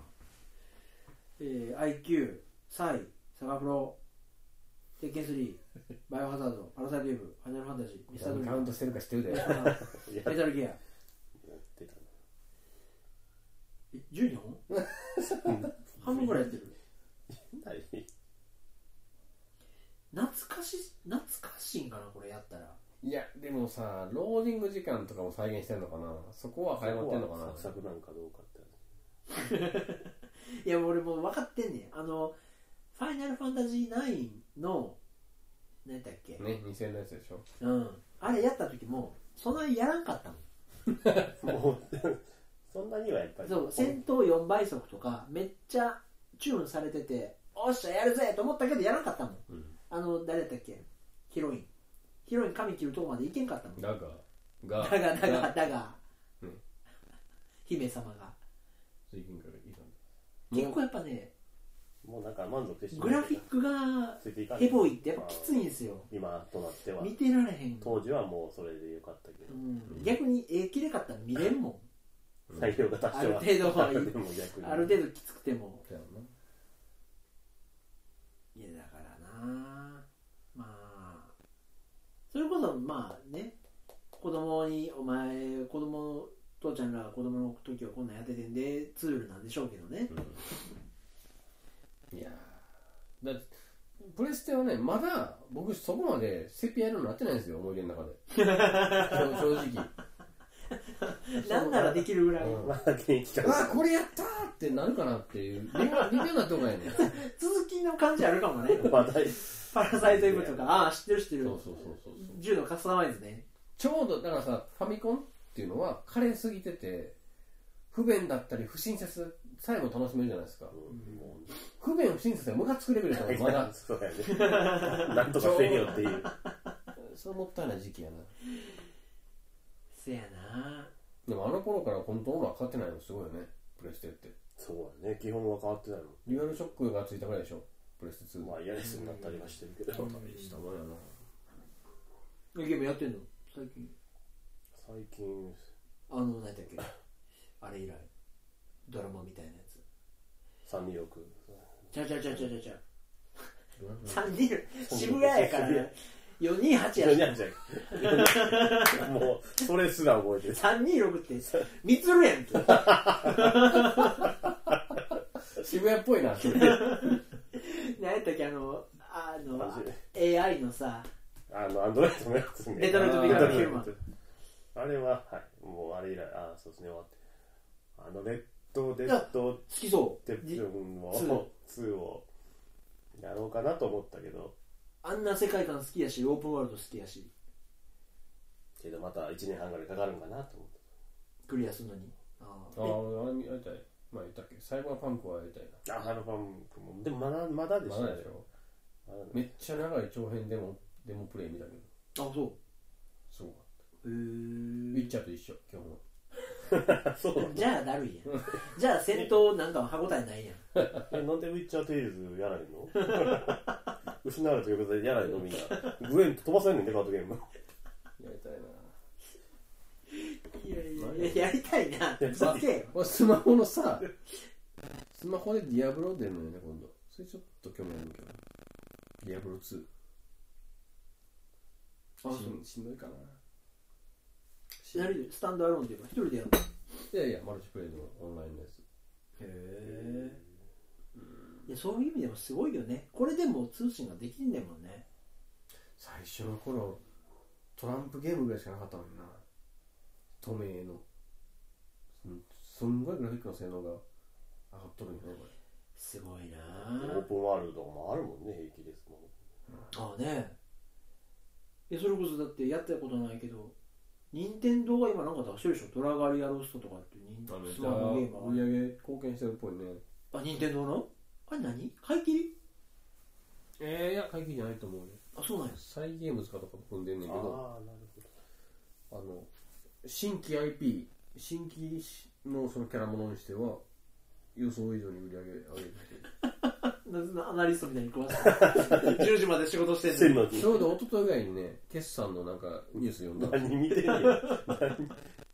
Speaker 2: えー、IQ サイサガフロ鉄拳3バイオハザードパラサイトウェーブファイナルファンタジーミスタードリー
Speaker 1: カウントしてるか知ってるで
Speaker 2: ム
Speaker 4: や
Speaker 2: メタルギア
Speaker 4: やってたな
Speaker 2: え12本半分ぐらいやってる
Speaker 4: はい
Speaker 2: 懐かし懐かしいんかなこれやったら
Speaker 1: いやでもさローディング時間とかも再現してんのかなそこは早まってんのかな
Speaker 4: サ (laughs) クサクなんかどうかって
Speaker 2: いや俺もう分かってんねんあの「ファイナルファンタジー9」の何だっけ、
Speaker 1: ね2000円のやつでしょ
Speaker 2: うんあれやった時もそんなにやらんかったもん
Speaker 4: もうそんなにはやっぱり
Speaker 2: そう戦闘4倍速とかめっちゃチューンされてておっしゃやるぜと思ったけどやらんかったもん
Speaker 1: うん
Speaker 2: あの誰だったっけヒロインヒロイン髪切るとこまでいけんかったもんだ
Speaker 1: だがが
Speaker 2: がだがだが、
Speaker 1: うん
Speaker 2: 姫様が
Speaker 1: 最近からいいかな
Speaker 2: 結構やっぱね
Speaker 4: もうなんか満足してしまう
Speaker 2: グラフィックが
Speaker 4: ついていかない
Speaker 2: ヘボいってやっぱきついんですよ
Speaker 4: 今となっては
Speaker 2: 見てられへん
Speaker 4: 当時はもうそれでよかったけど
Speaker 2: うん逆に絵きれかったら見れんも
Speaker 4: 採用が多少は
Speaker 2: ある程度はいい
Speaker 1: (laughs)
Speaker 4: でも逆
Speaker 2: ん
Speaker 4: に
Speaker 2: ある程度きつくても
Speaker 1: だよない
Speaker 2: やだからなまあそれこそまあね子供にお前子供父ちゃんらが子供の時はこんなんやっててんでツールなんでしょうけどね
Speaker 1: いやーだってプレステはねまだ僕そこまでセピア色になってないんですよ思い出の中で正正 (laughs) 直
Speaker 2: なんならできるぐらい、
Speaker 1: うん
Speaker 4: まあ現役か
Speaker 1: うわ
Speaker 4: ら
Speaker 1: あこれやったーってなるかなっていう微妙微妙なとこやねんそう
Speaker 2: 続きの感じあるか
Speaker 1: (laughs)
Speaker 2: もね
Speaker 4: まだ
Speaker 2: パラサイトイブとかああ知ってる知ってる
Speaker 1: そうそうそうそう
Speaker 2: 銃のカスタマイズね
Speaker 1: ちょうどだからさファミコンっていうのは華麗すぎてて不便だったり不親切さえも楽しめるじゃないですか
Speaker 4: うんもう
Speaker 1: 不便不親切がムカつくレベルだからまだ
Speaker 4: そうや (laughs) ねなんとかせよっていう
Speaker 1: そうもったいない時期やな
Speaker 2: せやな
Speaker 1: でもあの頃からコントローラー買ってないのすごいよねプレステって
Speaker 4: そうやね基本は変わってないも
Speaker 1: リアルショックがついたぐらいでしょプレステ2
Speaker 4: んまあ嫌ですになったりはしてるけど
Speaker 1: したもんやな
Speaker 2: ゲームやってんの最近
Speaker 4: 最近
Speaker 2: あの何だっけあれ以来ドラマみたいなやつ
Speaker 4: サンニーヨーク
Speaker 2: ちゃうちゃうちゃうちゃうちゃう
Speaker 1: ドラマ
Speaker 2: 3人渋谷やからね428や
Speaker 4: い
Speaker 2: し
Speaker 4: やいや (laughs) もうそれすら覚えてる
Speaker 2: 326って三つるやん (laughs) け
Speaker 1: 渋谷っぽいな。
Speaker 2: 何やったっけあのあの AI のさ
Speaker 4: あのアンドロイドのやつね
Speaker 2: デトロイト
Speaker 1: ビカムヒ
Speaker 2: ューマン
Speaker 4: あれははいもうあれ以来あそうですね終わってあのレッドデッド
Speaker 2: 好きそう
Speaker 4: テプション
Speaker 2: 2
Speaker 4: を2をやろうかなと思ったけど
Speaker 2: あんな世界観好きやしオープンワールド好きやし
Speaker 4: けどまた1年半ぐらいかかるんかなと思って
Speaker 2: クリアするのにあ
Speaker 1: ああ、
Speaker 2: ー
Speaker 1: あれやりたい。まあ言ったっけ、サイバーパンクはやりたいな。
Speaker 4: あハロファンクもでもまだまだでし
Speaker 1: ま
Speaker 4: ょ
Speaker 1: だでしょ。
Speaker 4: まだ
Speaker 1: めっちゃ長い長編でも、デモプレイ見たけど、
Speaker 2: えあそ
Speaker 1: すごかっ
Speaker 2: うへ
Speaker 1: た。
Speaker 2: ー
Speaker 1: ウィッチャーと一緒、今日も。
Speaker 2: じゃあだるいやんじゃあ戦闘なんか歯応えないやん
Speaker 4: えなんでウィッチャーテイルズやらへんの (laughs) 失われた横でやらへんのみんなグエン飛ばされんねんでカードゲーム
Speaker 1: やりたいな。
Speaker 2: いやいやいややりたいなって
Speaker 4: だって
Speaker 2: けよ
Speaker 1: 俺スマホのさ、スマホでディアブロ出るのよね、今度。それちょっと興味あるけど。ディアブロ2。
Speaker 2: あ
Speaker 1: しんしんどいかな。
Speaker 2: やるスタンドアローンっていうか一人でやる
Speaker 1: いやいや、マルチプレイのオンラインのやつ。
Speaker 2: へえそういう意味でもすごいよねこれでも通信ができんねんもんね
Speaker 1: 最初の頃、トランプゲームぐらいしかなかったのにな。透明の。すんすんごいグラフィックの性能が上がっとるんよね、これ。
Speaker 2: すごいな
Speaker 4: オープンワールドもあるもんね平気ですもん
Speaker 2: ああねえそれこそだってやったことないけど任天堂が今なんか出してるでしょドラガリアロストとかっていう任スマホゲー
Speaker 1: 売
Speaker 2: ム
Speaker 1: り上げ貢献してるっぽいね。
Speaker 2: あ任天堂のあれ何買い切り
Speaker 1: ええいや、会議じゃないと思うね。
Speaker 2: あそうなんや
Speaker 1: サイゲームズかとか組んでんねんけど。
Speaker 4: ああなるほど
Speaker 1: あの新規 IP 新規のそのキャラものにしては予想以上に売り上げ上げて (laughs)
Speaker 2: アナリストみたいに食わ (laughs) せて10時まで仕事してんの
Speaker 4: せん
Speaker 2: に
Speaker 4: の
Speaker 1: て
Speaker 4: に
Speaker 1: ちょうど一昨日ぐらいにね決算のなんかニュース読んだ
Speaker 4: 何見てんねん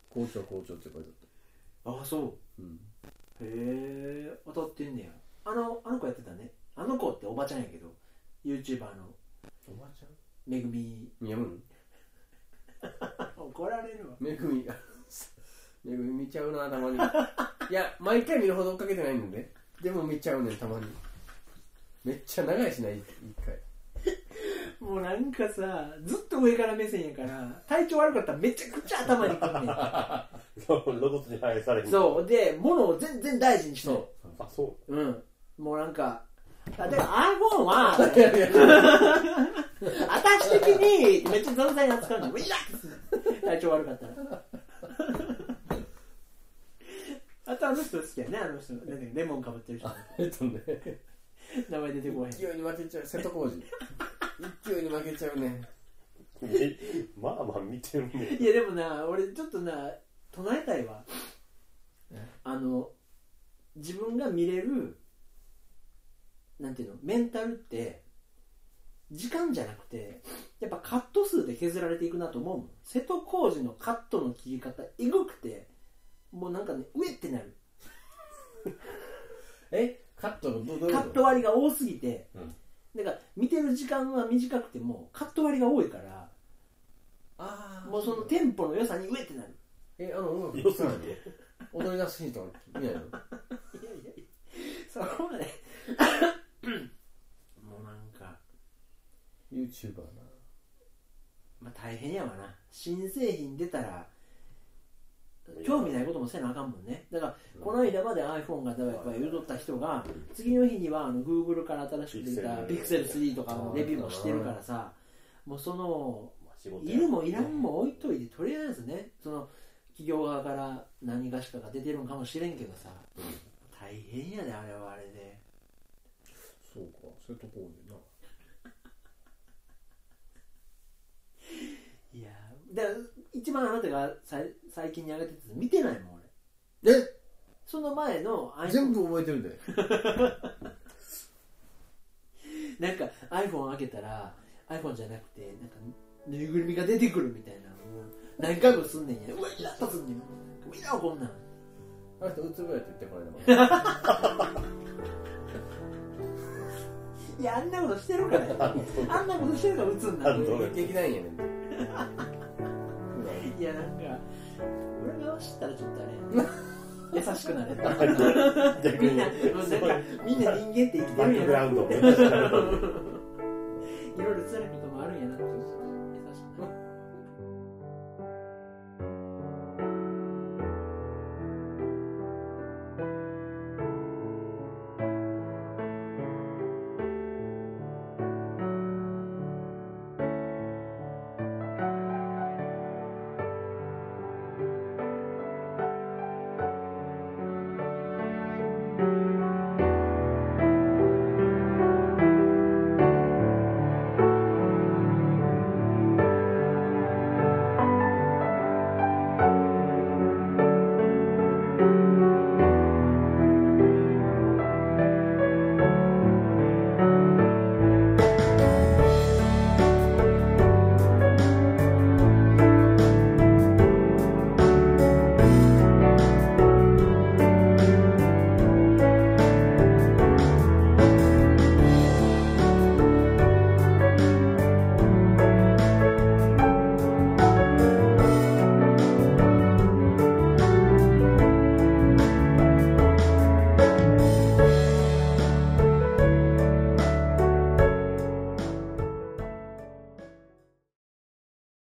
Speaker 1: 校長校長って書いてあっ
Speaker 2: ああそう
Speaker 1: た、うん、
Speaker 2: へえ当たってんねやあのあの子やってたねあの子っておばちゃんやけど YouTuber の
Speaker 1: おばちゃん
Speaker 2: めぐみ
Speaker 1: 宮村
Speaker 2: 怒られるわ
Speaker 1: めぐみ (laughs) めぐみ見ちゃうなたまに (laughs) いや毎回見るほど追っかけてないんででも見ちゃうねんたまにめっちゃ長いしない一回
Speaker 2: もうなんかさずっと上から目線やから体調悪かったらめちゃくちゃ頭にくんね
Speaker 4: そう露骨に反映されへん
Speaker 2: んそうで物を全然大事にしない
Speaker 1: そ
Speaker 4: あそ
Speaker 1: (laughs)
Speaker 4: う
Speaker 2: うんもうなんかあだから iPhone は
Speaker 1: ういやいや
Speaker 2: 私的にめっちゃ存在が使うのウィラッ体調悪かったら (laughs) あとあの人好きやねあの人なんだっけレモンかぶってる人
Speaker 1: えっとね
Speaker 2: 名前出てこへん
Speaker 1: 勢いに負けちゃう瀬戸康史勢いに負けちゃうね
Speaker 4: えまあまあ見てるね
Speaker 2: (laughs) いやでもな俺ちょっとな唱えたいわ
Speaker 1: え
Speaker 2: あの自分が見れるなんていうのメンタルって時間じゃなくてやっぱカット数で削られていくなと思うもん瀬戸康史のカットの切り方えぐくてもうなんかねうえってなる
Speaker 1: えカットのどどういう
Speaker 2: カ
Speaker 1: の
Speaker 2: ット割りが多すぎて、
Speaker 1: うん
Speaker 2: だから見てる時間は短くてもカット割りが多いから
Speaker 1: ああ
Speaker 2: もうそのテンポの良さにうえってなる
Speaker 1: えあの音楽
Speaker 4: 要するに
Speaker 1: 踊り出すシーンとか見ないの
Speaker 2: いやいやいやそこまでもうなんか、
Speaker 1: YouTuber な
Speaker 2: まあ、大変やわな新製品出たら興味ないこともせなあかんもんねだからこの間まで iPhone がだからやっぱり言うとった人が次の日にはあの Google から新しく出た
Speaker 4: Pixel
Speaker 2: Pixel3 とかのレビューもしてるからさもうその
Speaker 4: まあ仕事や
Speaker 2: いるもいらんも置いといてとりあえずねその企業側から何がしかが出てるんかもしれんけどさ大変やであれはあれで
Speaker 1: そうかそういうとこでない
Speaker 2: やーだから一番あなたがさい最近に上げてたやつ見てないもん俺
Speaker 1: え
Speaker 2: その前の iPhone
Speaker 1: 全部覚えてるで
Speaker 2: なんか iPhone 開けたら iPhone じゃなくてなんかぬいぐるみが出てくるみたいなのを何回もすんねんやうわイラッとすんねんうわイラこんなん
Speaker 1: あの人うつぶやって言ってこないだもん
Speaker 2: いやあんなことしてるからあんなことしてるから打つん
Speaker 1: (laughs)
Speaker 2: だ
Speaker 4: 反動が
Speaker 1: できないんやねん (laughs)
Speaker 2: いやなんか俺が知ったらちょっとあれ優しくなれた
Speaker 4: 逆
Speaker 2: (laughs) みん
Speaker 4: に
Speaker 2: な、なんか、みんな人間って生きて (laughs)
Speaker 4: バ
Speaker 2: るん
Speaker 4: ッ
Speaker 2: やな。
Speaker 4: クグラウンド
Speaker 2: いろいろ辛いこともあるんやなって。